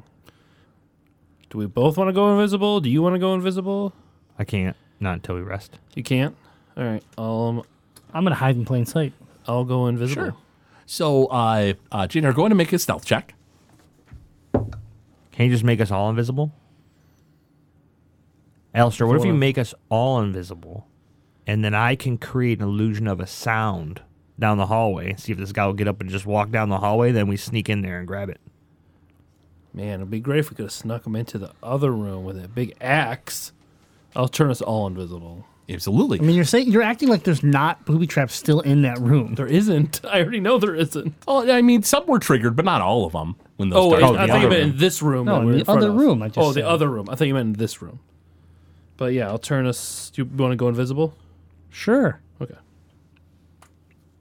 [SPEAKER 5] Do we both want to go invisible? Do you want to go invisible?
[SPEAKER 6] I can't. Not until we rest.
[SPEAKER 5] You can't. All right. Um,
[SPEAKER 4] I'm gonna hide in plain sight.
[SPEAKER 5] I'll go invisible.
[SPEAKER 3] Sure. So, uh, uh, Jane, are going to make a stealth check.
[SPEAKER 6] Can you just make us all invisible? Alistair, what if you
[SPEAKER 5] Hold on.
[SPEAKER 6] make us all invisible and then I can create an illusion of a sound down the hallway? See if this guy will get up and just walk down the hallway, then we sneak in there and grab it.
[SPEAKER 5] Man, it'd be great if we could have snuck him into the other room with a big axe. I'll turn us all invisible.
[SPEAKER 3] Absolutely.
[SPEAKER 4] I mean, you're saying you're acting like there's not booby traps still in that room.
[SPEAKER 5] There isn't. I already know there isn't.
[SPEAKER 3] oh, I mean, some were triggered, but not all of them. When those
[SPEAKER 5] Oh, wait,
[SPEAKER 3] started
[SPEAKER 5] I
[SPEAKER 3] to
[SPEAKER 5] thought you
[SPEAKER 3] happen.
[SPEAKER 5] meant in this room.
[SPEAKER 4] No,
[SPEAKER 5] that
[SPEAKER 4] in
[SPEAKER 5] we're
[SPEAKER 4] the
[SPEAKER 5] front
[SPEAKER 4] other
[SPEAKER 5] of.
[SPEAKER 4] room, I just
[SPEAKER 5] oh, the
[SPEAKER 4] said.
[SPEAKER 5] other room. I thought you meant in this room. But yeah, I'll turn us. You want to go invisible?
[SPEAKER 4] Sure.
[SPEAKER 5] Okay.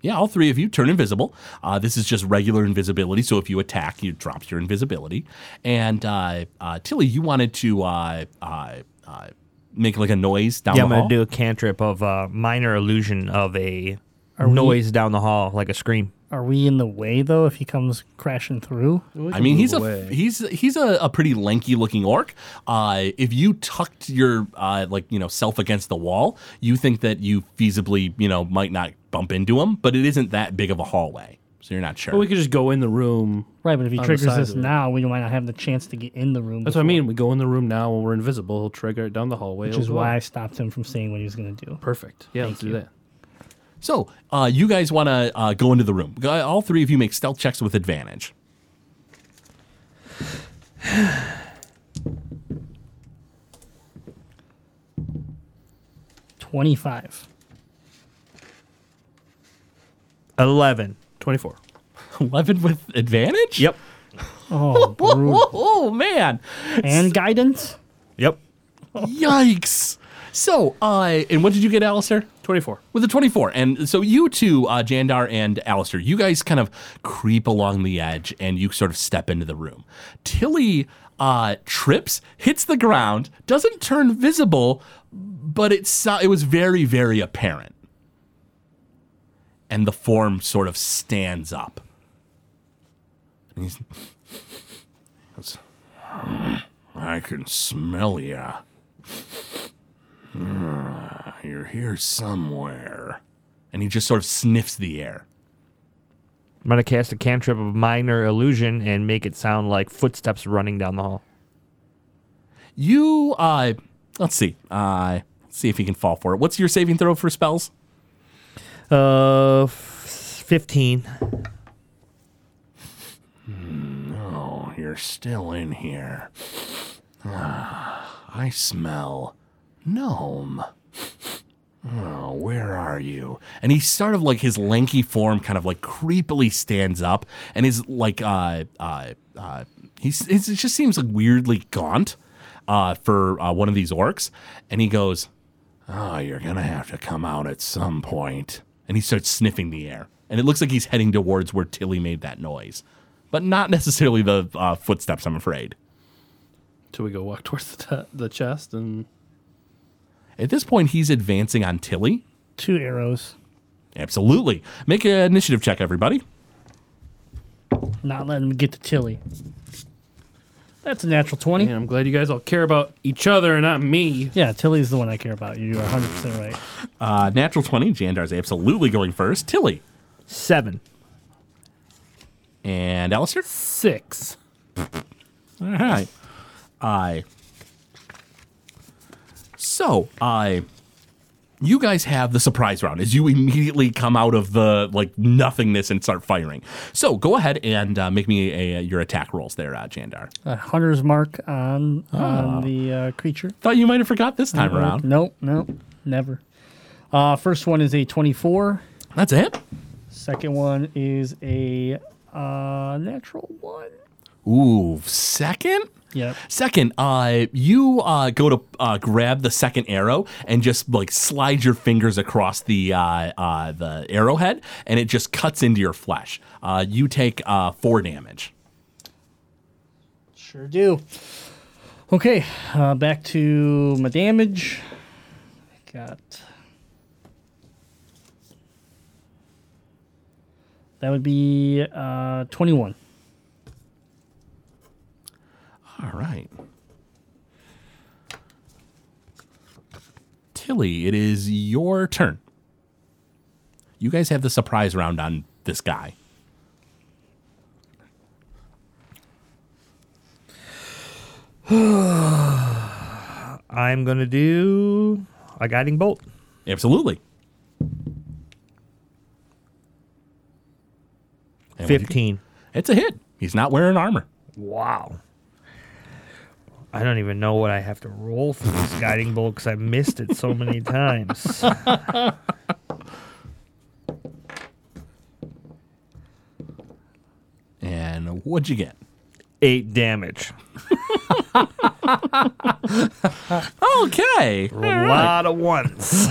[SPEAKER 3] Yeah, all three of you turn invisible. Uh, this is just regular invisibility, so if you attack, you drop your invisibility. And uh, uh, Tilly, you wanted to uh, uh, uh, make like a noise down
[SPEAKER 6] Yeah,
[SPEAKER 3] the
[SPEAKER 6] I'm going
[SPEAKER 3] hall.
[SPEAKER 6] to do a cantrip of a minor illusion of a
[SPEAKER 4] we-
[SPEAKER 6] noise down the hall, like a scream.
[SPEAKER 4] Are we in the way though? If he comes crashing through,
[SPEAKER 3] I mean, he's a
[SPEAKER 5] away.
[SPEAKER 3] he's he's a, a pretty lanky looking orc. Uh, if you tucked your uh, like you know self against the wall, you think that you feasibly you know might not bump into him, but it isn't that big of a hallway, so you're not sure.
[SPEAKER 5] But we could just go in the room.
[SPEAKER 4] right? But if he
[SPEAKER 5] On the
[SPEAKER 4] triggers
[SPEAKER 5] side
[SPEAKER 4] us
[SPEAKER 5] of it.
[SPEAKER 4] now, we might not have the chance to get in the room.
[SPEAKER 5] That's what I mean. We go in the room now when we're invisible. He'll trigger it down the hallway.
[SPEAKER 4] which
[SPEAKER 5] It'll
[SPEAKER 4] is
[SPEAKER 5] go
[SPEAKER 4] why I
[SPEAKER 5] up.
[SPEAKER 4] stopped him from saying what he was gonna do.
[SPEAKER 5] Perfect. Yeah, let's do that.
[SPEAKER 3] so uh, you guys want to uh, go into the room. Go- All three of you make stealth checks with advantage.
[SPEAKER 4] Twenty-five.
[SPEAKER 6] 11.
[SPEAKER 5] 24.
[SPEAKER 3] Eleven with advantage.
[SPEAKER 6] Yep.
[SPEAKER 4] Oh,
[SPEAKER 3] Whoa,
[SPEAKER 4] brutal.
[SPEAKER 3] whoa, whoa, man.
[SPEAKER 4] and guidance.
[SPEAKER 6] Yep.
[SPEAKER 3] Yikes. So, uh, and what did you get, Alistair?
[SPEAKER 5] 24.
[SPEAKER 3] With a 24. And so you two, uh, Jandar and Alistair, you guys kind of creep along the edge and you sort of step into the room. Tilly uh, trips, hits the ground, doesn't turn visible, but it, so- it was very, very apparent. And the form sort of stands up. And he's, goes, I can smell ya. You're here somewhere. And he just sort of sniffs the air.
[SPEAKER 6] I'm going to cast a cantrip of minor illusion and make it sound like footsteps running down the hall.
[SPEAKER 3] You, uh, let's see. Uh, let's see if he can fall for it. What's your saving throw for spells?
[SPEAKER 6] Uh, f- 15.
[SPEAKER 3] Oh, you're still in here. Ah, I smell gnome. Oh, where are you? And he sort of like his lanky form kind of like creepily stands up and is like, uh, uh, uh, he's, he's, it just seems like weirdly gaunt, uh, for uh, one of these orcs. And he goes, Oh, you're gonna have to come out at some point. And he starts sniffing the air. And it looks like he's heading towards where Tilly made that noise. But not necessarily the uh, footsteps, I'm afraid.
[SPEAKER 5] So we go walk towards the, t- the chest and
[SPEAKER 3] At this point, he's advancing on Tilly.
[SPEAKER 4] Two arrows.
[SPEAKER 3] Absolutely. Make an initiative check, everybody.
[SPEAKER 4] Not letting him get to Tilly. That's a natural twenty.
[SPEAKER 5] Man, I'm glad you guys all care about each other and not me.
[SPEAKER 4] Yeah, Tilly's the one I care about. You are 100 percent right.
[SPEAKER 3] Uh, natural 20. Jandar's absolutely going first. Tilly.
[SPEAKER 6] 7.
[SPEAKER 3] And Alistair?
[SPEAKER 5] Six.
[SPEAKER 3] All right. I. So I. You guys have the surprise round as you immediately come out of the like nothingness and start firing. So go ahead and uh, make me a, your attack rolls there, uh, Jandar.
[SPEAKER 4] A hunter's mark on on the uh, creature.
[SPEAKER 3] Thought you might have forgot this
[SPEAKER 4] Mm-hmm.
[SPEAKER 3] time around.
[SPEAKER 4] Nope, nope, never. Uh, first one is a 24.
[SPEAKER 3] That's it.
[SPEAKER 4] Second one is a uh, natural one.
[SPEAKER 3] Ooh, second.
[SPEAKER 4] Yep.
[SPEAKER 3] Second, uh, you uh, go to uh, grab the second arrow and just like slide your fingers across the uh, uh, the arrowhead, and it just cuts into your flesh. Uh, you take uh, four damage.
[SPEAKER 4] Sure do. Okay, uh, back to my damage. Got That would be uh, 21.
[SPEAKER 3] All right. Tilly, it is your turn. You guys have the surprise round on this guy.
[SPEAKER 6] I'm gonna do a guiding bolt.
[SPEAKER 3] Absolutely. And what-
[SPEAKER 6] Fifteen.
[SPEAKER 3] It's a hit. He's not wearing armor.
[SPEAKER 6] Wow. I don't even know what I have to roll for this guiding bolt because I missed it so many times.
[SPEAKER 3] And what'd you get?
[SPEAKER 6] Eight damage.
[SPEAKER 3] Okay.
[SPEAKER 6] A lot of ones.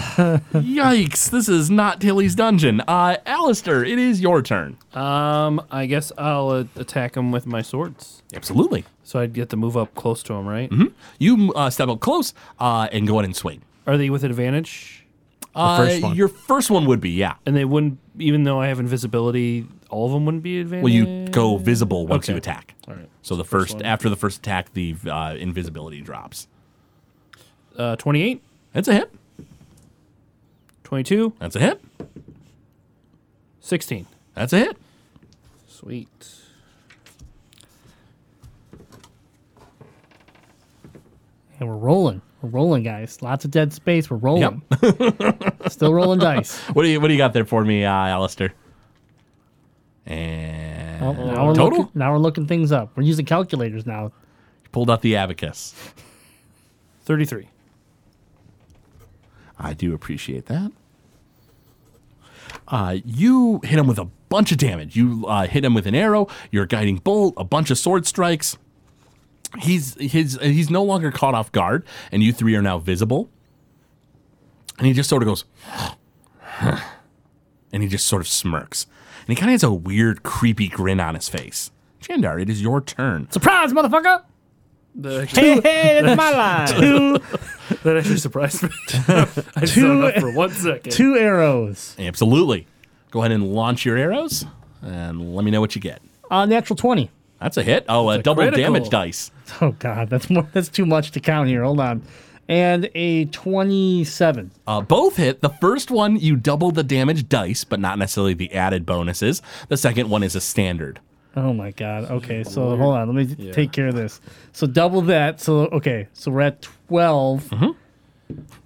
[SPEAKER 3] Yikes. This is not Tilly's dungeon. Uh, Alistair, it is your turn.
[SPEAKER 5] Um, I guess I'll uh, attack him with my swords.
[SPEAKER 3] Absolutely.
[SPEAKER 5] So I'd get to move up close to him, right?
[SPEAKER 3] You uh, step up close uh, and go ahead and swing.
[SPEAKER 5] Are they with advantage?
[SPEAKER 3] Uh,
[SPEAKER 6] first one.
[SPEAKER 3] Your first one would be, yeah.
[SPEAKER 5] And they wouldn't, even though I have invisibility, all of them wouldn't be advantage.
[SPEAKER 3] Well, you
[SPEAKER 4] Uh,
[SPEAKER 3] go visible once you
[SPEAKER 5] Okay.
[SPEAKER 3] attack.
[SPEAKER 5] All right.
[SPEAKER 3] So the first, after the first attack, the uh, invisibility drops.
[SPEAKER 5] Uh, 28,
[SPEAKER 3] That's a hit.
[SPEAKER 5] 22,
[SPEAKER 3] That's a hit.
[SPEAKER 5] 16.
[SPEAKER 3] That's a hit.
[SPEAKER 5] Sweet.
[SPEAKER 4] And we're rolling. We're rolling, guys. Lots of dead space. We're rolling. Still rolling dice.
[SPEAKER 3] What do you What do you got there for me, uh, Alistair? And
[SPEAKER 4] Well, now, we're
[SPEAKER 3] total
[SPEAKER 4] Looking, now we're looking things up. We're using calculators now.
[SPEAKER 3] pulled out the abacus.
[SPEAKER 5] 33.
[SPEAKER 3] I do appreciate that. Uh, you hit him with a bunch of damage. You uh, hit him with an arrow, your guiding bolt, a bunch of sword strikes. He's his he's no longer caught off guard, and you three are now visible. And he just sort of goes, and he just sort of smirks, and he kind of has a weird, creepy grin on his face. Chandar, it is your turn.
[SPEAKER 4] Surprise, motherfucker!
[SPEAKER 5] That actually,
[SPEAKER 6] hey, hey, that's my line.
[SPEAKER 4] Two,
[SPEAKER 5] that actually surprised me. I just
[SPEAKER 4] Two-
[SPEAKER 5] hung up for one second.
[SPEAKER 4] two arrows.
[SPEAKER 3] Absolutely. Go ahead and launch your arrows, and let me know what you get.
[SPEAKER 4] Uh, natural 20.
[SPEAKER 3] That's a hit. Oh, a double
[SPEAKER 5] critical.
[SPEAKER 3] damage dice.
[SPEAKER 4] Oh, God. That's more. That's too much to count here. Hold on. And a 27.
[SPEAKER 3] Uh, both hit. The first one, you double the damage dice, but not necessarily the added bonuses. The second one is a standard.
[SPEAKER 4] Oh my god. Okay, so hold on. Let me take care of this. So double that. So okay. So we're at 12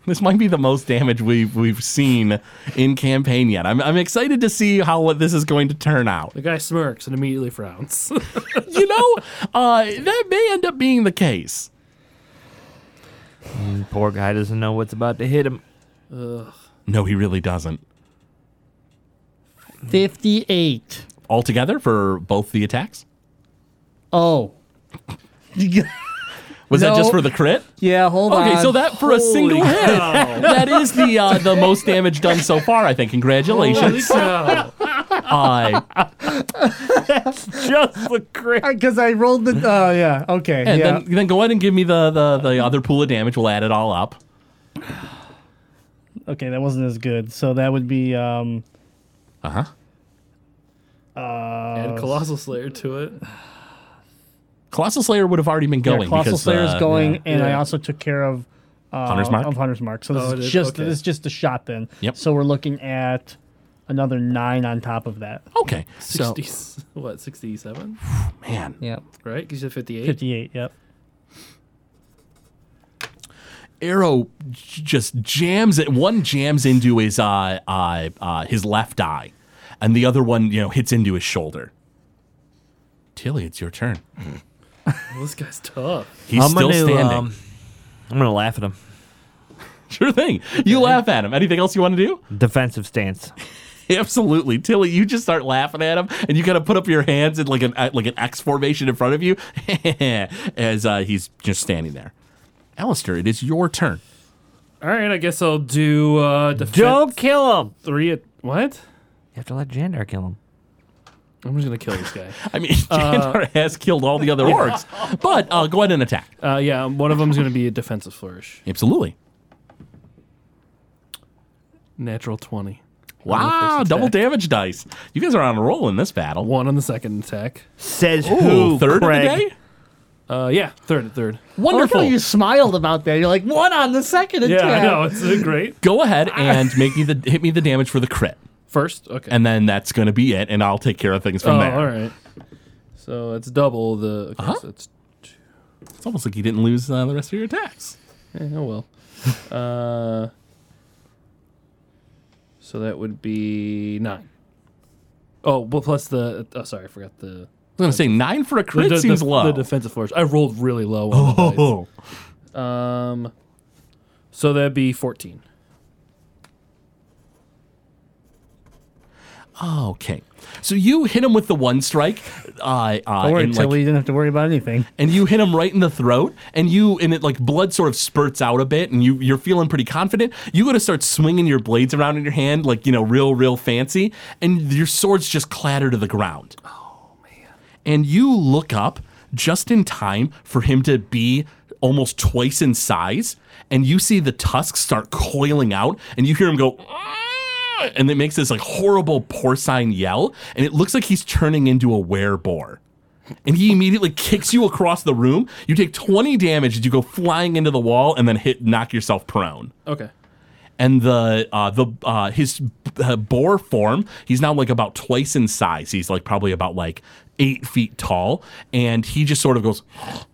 [SPEAKER 3] This might be the most damage we've we've seen in campaign yet. I'm, I'm excited to see how what this is going to turn out.
[SPEAKER 5] The guy smirks and immediately frowns.
[SPEAKER 3] You know, uh, that may end up being the case.
[SPEAKER 6] Poor guy doesn't know what's about to hit him.
[SPEAKER 3] No, he really doesn't.
[SPEAKER 4] 58.
[SPEAKER 3] Altogether for both the attacks.
[SPEAKER 4] Oh.
[SPEAKER 3] Was that just
[SPEAKER 4] No.
[SPEAKER 3] for the crit?
[SPEAKER 4] yeah, hold on.
[SPEAKER 3] Okay, so that for a single hit, that is the uh, the most damage done so far. I think.
[SPEAKER 5] Holy
[SPEAKER 3] Congratulations.
[SPEAKER 5] cow.
[SPEAKER 3] Uh,
[SPEAKER 6] Just the crit.
[SPEAKER 4] because I rolled the Oh yeah. Okay.
[SPEAKER 3] And
[SPEAKER 4] yeah.
[SPEAKER 3] then, then go ahead and give me the, the, the other pool of damage. We'll add it all up.
[SPEAKER 4] okay, that wasn't as good. So that would be um
[SPEAKER 3] Uh huh.
[SPEAKER 4] uh,
[SPEAKER 5] Add Colossal Slayer to it.
[SPEAKER 3] Colossal Slayer would have already been
[SPEAKER 4] yeah,
[SPEAKER 3] going.
[SPEAKER 4] Colossal
[SPEAKER 3] because,
[SPEAKER 4] Slayer's
[SPEAKER 3] uh,
[SPEAKER 4] going and I
[SPEAKER 5] Yeah.
[SPEAKER 4] also took care of uh,
[SPEAKER 3] Hunter's Mark?
[SPEAKER 4] Of Hunter's Mark. So this
[SPEAKER 5] Oh, it
[SPEAKER 4] is
[SPEAKER 5] is-
[SPEAKER 4] just
[SPEAKER 5] okay.
[SPEAKER 4] this is just a shot then.
[SPEAKER 3] Yep.
[SPEAKER 4] So we're looking at another 9 on top of that.
[SPEAKER 3] Okay. So,
[SPEAKER 5] 60, what, 67?
[SPEAKER 3] man,
[SPEAKER 4] Yeah.
[SPEAKER 5] Right? Because you said 58.
[SPEAKER 4] 58. Yep.
[SPEAKER 3] arrow j- just jams it. One jams into his uh, uh, uh, his left eye, and the other one you know hits into his shoulder. Tilly, it's your turn.
[SPEAKER 5] Well, this guy's tough.
[SPEAKER 3] He's still standing.
[SPEAKER 6] I'm gonna laugh at him.
[SPEAKER 3] sure thing. You laugh at him. Anything else you want to do?
[SPEAKER 6] Defensive stance.
[SPEAKER 3] Absolutely, Tilly. You just start laughing at him, and you kind of put up your hands in like an uh, like an X formation in front of you, as uh, he's just standing there. Alistair, it is your turn.
[SPEAKER 5] All right, I guess I'll do uh, defense
[SPEAKER 6] Don't kill him.
[SPEAKER 5] three. At, what?
[SPEAKER 6] You have to let Jandar kill him.
[SPEAKER 5] I'm just gonna kill this guy.
[SPEAKER 3] I mean,
[SPEAKER 5] Uh,
[SPEAKER 3] Jandar has killed all the other orcs, but uh, go ahead and attack.
[SPEAKER 5] Uh, yeah, one of them's gonna be a defensive flourish.
[SPEAKER 3] Absolutely.
[SPEAKER 5] Natural twenty.
[SPEAKER 3] Wow,
[SPEAKER 5] first
[SPEAKER 3] double
[SPEAKER 5] attack.
[SPEAKER 3] damage dice. You guys are on a roll in this battle.
[SPEAKER 5] One on the second attack.
[SPEAKER 6] Says
[SPEAKER 3] Ooh,
[SPEAKER 6] who?
[SPEAKER 3] third
[SPEAKER 6] Craig.
[SPEAKER 3] of the day?
[SPEAKER 5] Uh, yeah, third, third.
[SPEAKER 3] Wonderful.
[SPEAKER 7] I like how you smiled about that. You're like one on the second
[SPEAKER 5] Yeah, I
[SPEAKER 7] attack.
[SPEAKER 5] know. It's uh, great.
[SPEAKER 3] Go ahead and make me the hit me the damage for the crit.
[SPEAKER 5] First, okay.
[SPEAKER 3] And then that's going to be it, and I'll take care of things from
[SPEAKER 5] oh,
[SPEAKER 3] there.
[SPEAKER 5] all right. So it's double the. Okay,
[SPEAKER 3] Uh-huh.
[SPEAKER 5] so it's,
[SPEAKER 3] It's almost like you didn't lose uh, the rest of your attacks.
[SPEAKER 5] eh, oh well. uh, so that would be nine. Oh, well, plus the. Oh, sorry, I forgot the.
[SPEAKER 3] I was going to say nine for a
[SPEAKER 5] The,
[SPEAKER 3] crit
[SPEAKER 5] the-
[SPEAKER 3] seems
[SPEAKER 5] the-
[SPEAKER 3] low.
[SPEAKER 5] the defensive force. I rolled really low. On the dice.
[SPEAKER 3] oh,
[SPEAKER 5] Um, so that'd be fourteen.
[SPEAKER 3] okay. So you hit him with the one strike, uh, uh,
[SPEAKER 4] Or
[SPEAKER 3] and,
[SPEAKER 4] until
[SPEAKER 3] like,
[SPEAKER 4] we didn't have to worry about anything.
[SPEAKER 3] and you hit him right in the throat, and you and it like blood sort of spurts out a bit, and you you're feeling pretty confident. You go to start swinging your blades around in your hand, like you know, real real fancy, and your swords just clatter to the ground. and you look up just in time for him to be almost twice in size and you see the tusks start coiling out and you hear him go "Ah!" and it makes this like horrible porcine yell and it looks like he's turning into a werebore and he immediately kicks you across the room you take 20 damage as you go flying into the wall and then hit knock yourself prone
[SPEAKER 5] Okay.
[SPEAKER 3] and the uh, the uh, his uh, boar form. He's now like about twice in size. He's like probably about like eight feet tall, and he just sort of goes.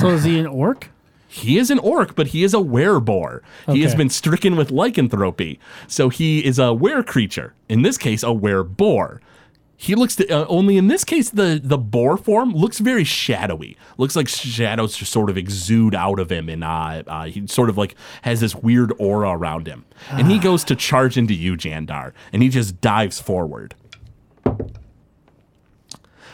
[SPEAKER 4] So is he an orc?
[SPEAKER 3] He is an orc, but he is a werebore. He has
[SPEAKER 4] Okay.
[SPEAKER 3] been stricken with lycanthropy, so he is a were creature. In this case, a werebore. He looks to, uh, only in this case the the boar form looks very shadowy. Looks like shadows just sort of exude out of him, and uh, uh, he sort of like has this weird aura around him. And he goes to charge into you, Jandar, and he just dives forward.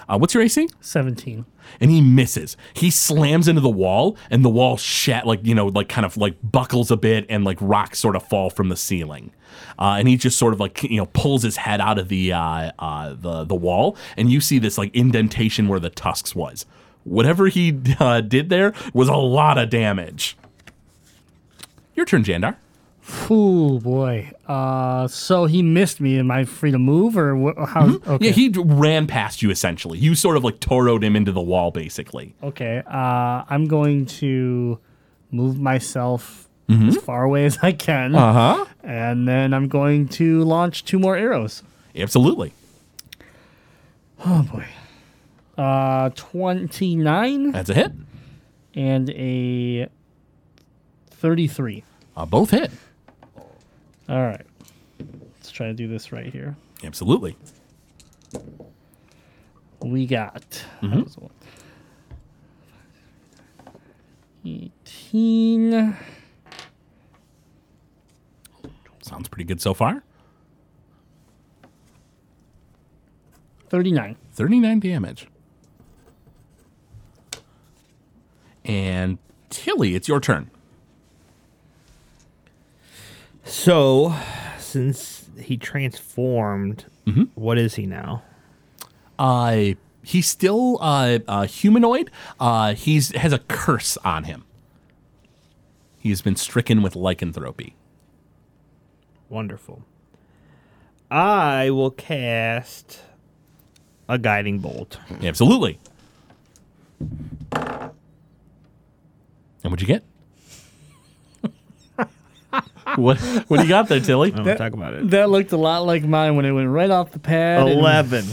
[SPEAKER 3] Uh, what's your AC?
[SPEAKER 4] Seventeen.
[SPEAKER 3] and he misses. He slams into the wall, and the wall shat like you know, like kind of like buckles a bit, and like rocks sort of fall from the ceiling. Uh, and he just sort of like you know pulls his head out of the uh, uh, the the wall, and you see this like indentation where the tusks was. Whatever he uh, did there was a lot of damage. Your turn, Jandar.
[SPEAKER 4] Oh boy. Uh, so he missed me. Am I free to move or wha- how? Okay.
[SPEAKER 3] Yeah, he d- ran past you essentially. You sort of like toroed him into the wall, basically.
[SPEAKER 4] okay. Uh, I'm going to move myself as far away as I can,
[SPEAKER 3] huh.
[SPEAKER 4] and then I'm going to launch two more arrows.
[SPEAKER 3] Absolutely.
[SPEAKER 4] Oh boy. Uh, twenty nine
[SPEAKER 3] That's a hit.
[SPEAKER 4] and a thirty three.
[SPEAKER 3] Uh, both hit.
[SPEAKER 4] All right. Let's try to do this right here.
[SPEAKER 3] Absolutely.
[SPEAKER 4] we got that was one. 18
[SPEAKER 3] Sounds pretty good so far.
[SPEAKER 4] 39
[SPEAKER 3] 39 damage. And Tilly, it's your turn.
[SPEAKER 6] So, since he transformed,
[SPEAKER 3] Mm-hmm.
[SPEAKER 6] what is he now?
[SPEAKER 3] Uh, he's still uh, uh, humanoid. Uh, he's has a curse on him. He's been stricken with lycanthropy.
[SPEAKER 6] Wonderful. I will cast a guiding bolt.
[SPEAKER 3] Absolutely. And what'd you get? what What do you got there, Tilly?
[SPEAKER 6] I don't want to talk about it.
[SPEAKER 4] that looked a lot like mine when it went right off the pad and-
[SPEAKER 6] Eleven.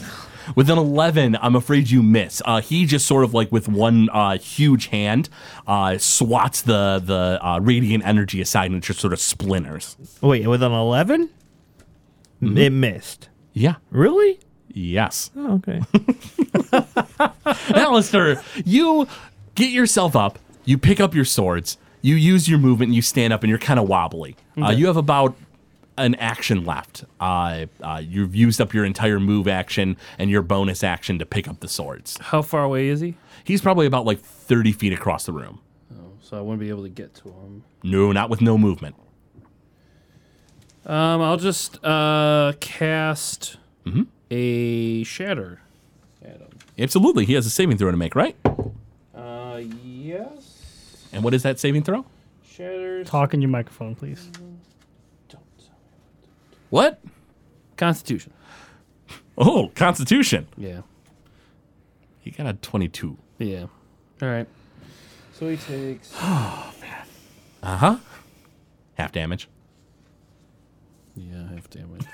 [SPEAKER 3] With an 11, I'm afraid you miss. Uh, he just sort of like with one uh, huge hand uh, swats the the uh, radiant energy aside and it just sort of splinters.
[SPEAKER 6] Wait, with an 11
[SPEAKER 3] Mm-hmm.
[SPEAKER 6] it missed.
[SPEAKER 3] Yeah.
[SPEAKER 6] Really?
[SPEAKER 3] Yes.
[SPEAKER 6] Oh, okay.
[SPEAKER 3] Alistair, you get yourself up, you pick up your swords, you use your movement, and you stand up, and you're kind of wobbly. Uh, you have about an action left. Uh, uh, you've used up your entire move action and your bonus action to pick up the swords.
[SPEAKER 5] How far away is he?
[SPEAKER 3] He's probably about like 30 feet across the room.
[SPEAKER 5] So I wouldn't be able to get to him.
[SPEAKER 3] No, not with no movement.
[SPEAKER 5] Um, I'll just uh cast a shatter. At him.
[SPEAKER 3] Absolutely. He has a saving throw to make, right?
[SPEAKER 5] Uh, yes.
[SPEAKER 3] And what is that saving throw?
[SPEAKER 5] Shatters.
[SPEAKER 4] talk in your microphone please
[SPEAKER 3] What?
[SPEAKER 5] Constitution.
[SPEAKER 3] Oh, Constitution.
[SPEAKER 5] Yeah.
[SPEAKER 3] He got a 22.
[SPEAKER 5] Yeah. All right. So he takes.
[SPEAKER 3] Uh huh. Half damage.
[SPEAKER 5] Yeah, half damage.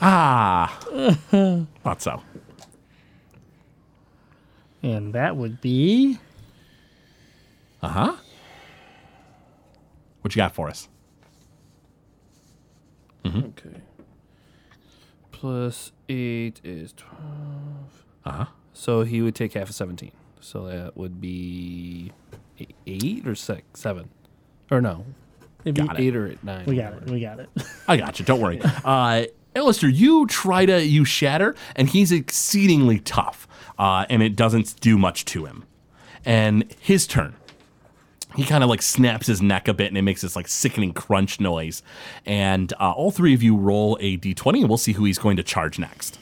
[SPEAKER 3] Ah. Thought so.
[SPEAKER 4] And that would be
[SPEAKER 3] Uh huh. What you got for us?
[SPEAKER 5] okay. Plus eight is twelve.
[SPEAKER 3] Uh huh.
[SPEAKER 5] So he would take half of seventeen. So that would be e- eight or six, seven, or no,
[SPEAKER 4] Maybe
[SPEAKER 3] Got it.
[SPEAKER 5] eight or nine.
[SPEAKER 4] we got it. We got it.
[SPEAKER 3] I got you. Don't worry. Uh, Alistair, you try to you shatter, and he's exceedingly tough, uh, and it doesn't do much to him. And his turn. He kind of like snaps his neck a bit, and it makes this like sickening crunch noise. And uh, all three of you roll a d20, and we'll see who he's going to charge next.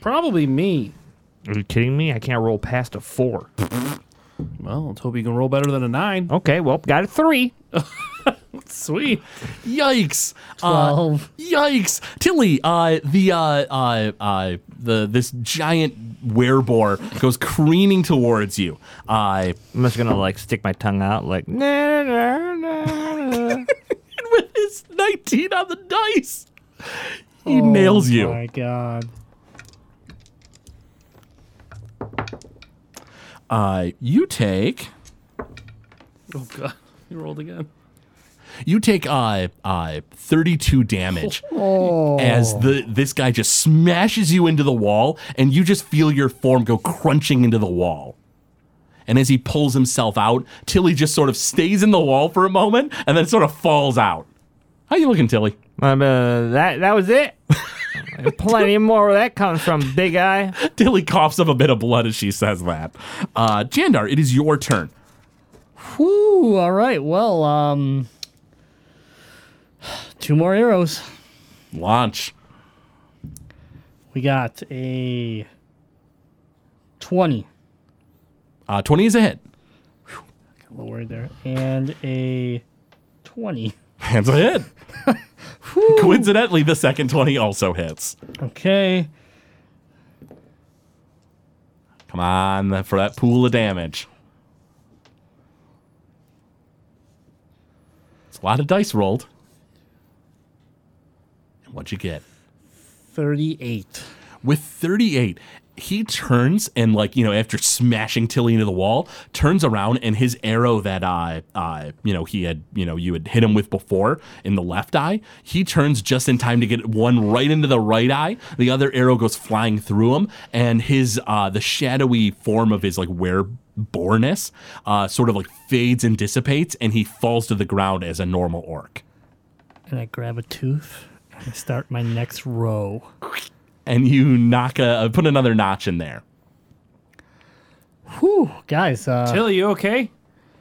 [SPEAKER 5] Probably me.
[SPEAKER 6] Are you kidding me? I can't roll past a four.
[SPEAKER 5] Well, let's hope he can roll better than a nine.
[SPEAKER 6] Okay, well, got a three.
[SPEAKER 5] Sweet.
[SPEAKER 3] Yikes! Uh,
[SPEAKER 4] Twelve.
[SPEAKER 3] Yikes! Tilly, uh, the uh, uh, uh, the this giant werebore goes careening towards you. Uh,
[SPEAKER 6] I'm just gonna like stick my tongue out, like nah, nah, nah, nah.
[SPEAKER 3] and with his 19 on the dice, he nails you.
[SPEAKER 4] Oh my god.
[SPEAKER 3] Uh, you take
[SPEAKER 5] Oh god, he rolled again.
[SPEAKER 3] you take uh, uh, 32 damage
[SPEAKER 5] Oh.
[SPEAKER 3] as the this guy just smashes you into the wall, and you just feel your form go crunching into the wall. And as he pulls himself out, Tilly just sort of stays in the wall for a moment, and then sort of falls out. How you looking, Tilly?
[SPEAKER 6] Um, uh, that that was it. Plenty more where that comes from, big guy.
[SPEAKER 3] Tilly coughs up a bit of blood as she says that. Uh, Jandar, it is your turn.
[SPEAKER 4] Whew, all right. Well, um two more arrows.
[SPEAKER 3] Launch.
[SPEAKER 4] We got a twenty.
[SPEAKER 3] Uh, 20 is a hit.
[SPEAKER 4] A little worried there. And a twenty.
[SPEAKER 3] Hands a hit. Coincidentally, the second 20 also hits.
[SPEAKER 4] Okay.
[SPEAKER 3] Come on, for that pool of damage. It's a lot of dice rolled. And what'd you get?
[SPEAKER 4] Thirty-eight.
[SPEAKER 3] With 38, he turns and, like, you know, after smashing Tilly into the wall, turns around and his arrow that, uh, uh, you know, he had, you know, you had hit him with before in the left eye, he turns just in time to get one right into the right eye. The other arrow goes flying through him, and his, uh, the shadowy form of his, like, where borness uh, sort of like fades and dissipates, and he falls to the ground as a normal orc.
[SPEAKER 4] And I grab a tooth and I start my next row.
[SPEAKER 3] And you knock a, put another notch in there.
[SPEAKER 4] Whew, guys, uh
[SPEAKER 5] Tilly, you okay?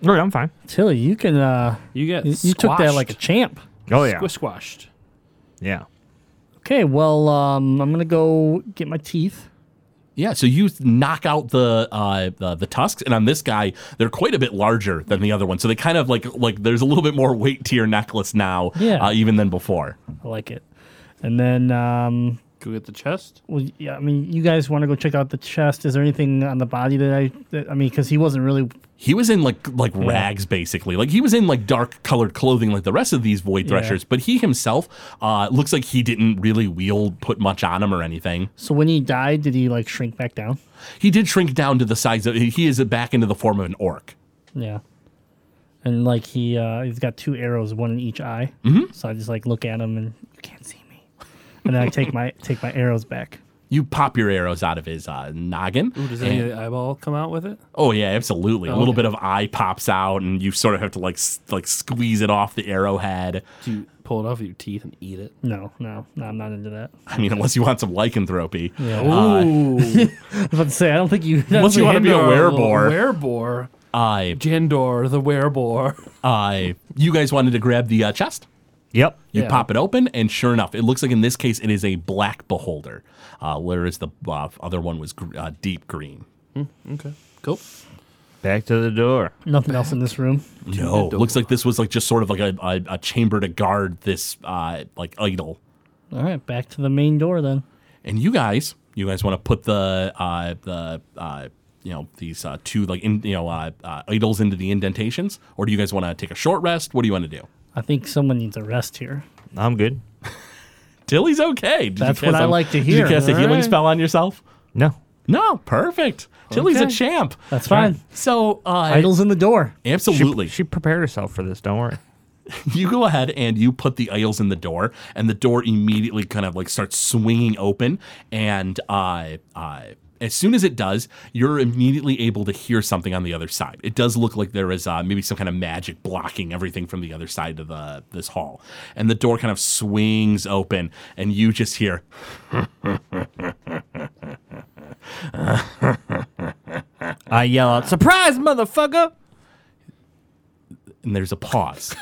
[SPEAKER 6] All right, Oh, I'm fine.
[SPEAKER 4] Tilly, you can uh
[SPEAKER 5] You got
[SPEAKER 4] you, you took that like a champ.
[SPEAKER 6] Oh yeah,
[SPEAKER 5] squish squashed.
[SPEAKER 6] yeah.
[SPEAKER 4] Okay, well, um, I'm gonna go get my teeth.
[SPEAKER 3] Yeah, so you knock out the, uh, the the tusks, and on this guy, they're quite a bit larger than the other one. So they kind of like like there's a little bit more weight to your necklace now,
[SPEAKER 4] Yeah.
[SPEAKER 3] uh, even than before.
[SPEAKER 4] I like it. And then, um,
[SPEAKER 5] Go get the chest.
[SPEAKER 4] well, yeah, I mean, you guys want to go check out the chest? Is there anything on the body that I, that, I mean, because he wasn't really.
[SPEAKER 3] He was in like like rags basically, like he was in like dark colored clothing like the rest of these void threshers. But he himself uh, looks like he didn't really wield put much on him or anything.
[SPEAKER 4] So when he died, did he like shrink back down?
[SPEAKER 3] He did shrink down to the size of he is back into the form of an orc.
[SPEAKER 4] Yeah. And like he, uh, he's got two arrows, one in each eye. Mm-hmm. So I just like look at him and you can't see me. And then I take my take my arrows back.
[SPEAKER 3] You pop your arrows out of his uh, noggin.
[SPEAKER 5] Does
[SPEAKER 3] and-
[SPEAKER 5] any of the eyeball come out with it?
[SPEAKER 3] Oh yeah, absolutely. a little
[SPEAKER 5] okay.
[SPEAKER 3] bit of eye pops out, and you sort of have to like s- like squeeze it off the arrowhead.
[SPEAKER 5] Do you pull it off of your teeth and eat it?
[SPEAKER 4] No, no, no, I'm not into that.
[SPEAKER 3] I mean, unless you want some lycanthropy. Uh,
[SPEAKER 4] I
[SPEAKER 5] Ooh.
[SPEAKER 4] was about to say I don't think you.
[SPEAKER 3] Unless you want to be a werebore.
[SPEAKER 5] Werebore.
[SPEAKER 3] I,
[SPEAKER 5] Jandor, the werebore.
[SPEAKER 3] I, you guys wanted to grab the uh, chest.
[SPEAKER 6] Yep.
[SPEAKER 3] You
[SPEAKER 5] Yeah.
[SPEAKER 3] pop it open, and sure enough, it looks like in this case it is a black beholder, uh, whereas the uh, other one was gr- uh, deep green.
[SPEAKER 5] Okay. Cool.
[SPEAKER 6] Back to the door.
[SPEAKER 4] Nothing else in this room.
[SPEAKER 3] No, looks like this was like just sort of like a, a, a chamber to guard this uh, like idol.
[SPEAKER 4] All right, back to the main door then.
[SPEAKER 3] And you guys, you guys want to put the uh, the uh, you know these uh, two like in, you know uh, uh, idols into the indentations, or do you guys want to take a short rest? What do you want to do?
[SPEAKER 4] I think someone needs a rest here.
[SPEAKER 6] I'm good.
[SPEAKER 3] Tilly's okay. Did you
[SPEAKER 4] That's what
[SPEAKER 3] cast
[SPEAKER 4] I
[SPEAKER 3] a-
[SPEAKER 4] like to
[SPEAKER 3] Did
[SPEAKER 4] hear.
[SPEAKER 3] you cast a healing
[SPEAKER 4] Alright.
[SPEAKER 3] spell on yourself?
[SPEAKER 6] No.
[SPEAKER 3] No, perfect. Tilly's a
[SPEAKER 6] Okay.
[SPEAKER 3] champ.
[SPEAKER 4] That's fine.
[SPEAKER 3] So uh,
[SPEAKER 4] Idol's in the door.
[SPEAKER 3] absolutely.
[SPEAKER 6] She prepared herself for this. Don't worry.
[SPEAKER 3] you go ahead and you put the idols in the door, and the door immediately kind of like starts swinging open. And uh, uh, as soon as it does, you're immediately able to hear something on the other side. It does look like there is uh, maybe some kind of magic blocking everything from the other side of the this hall. And the door kind of swings open, and you just hear.
[SPEAKER 6] I yell out, "Surprise, motherfucker!"
[SPEAKER 3] And there's a pause.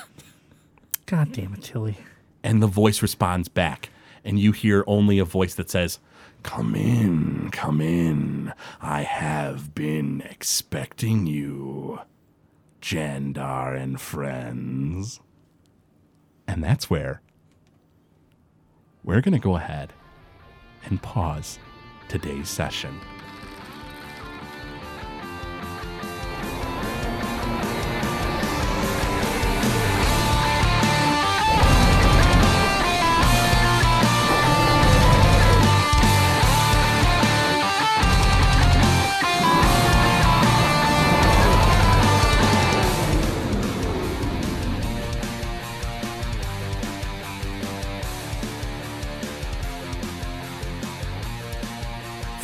[SPEAKER 4] God damn it, Tilly.
[SPEAKER 3] and the voice responds back and you hear only a voice that says come in come in i have been expecting you jandar and friends and that's where we're going to go ahead and pause today's session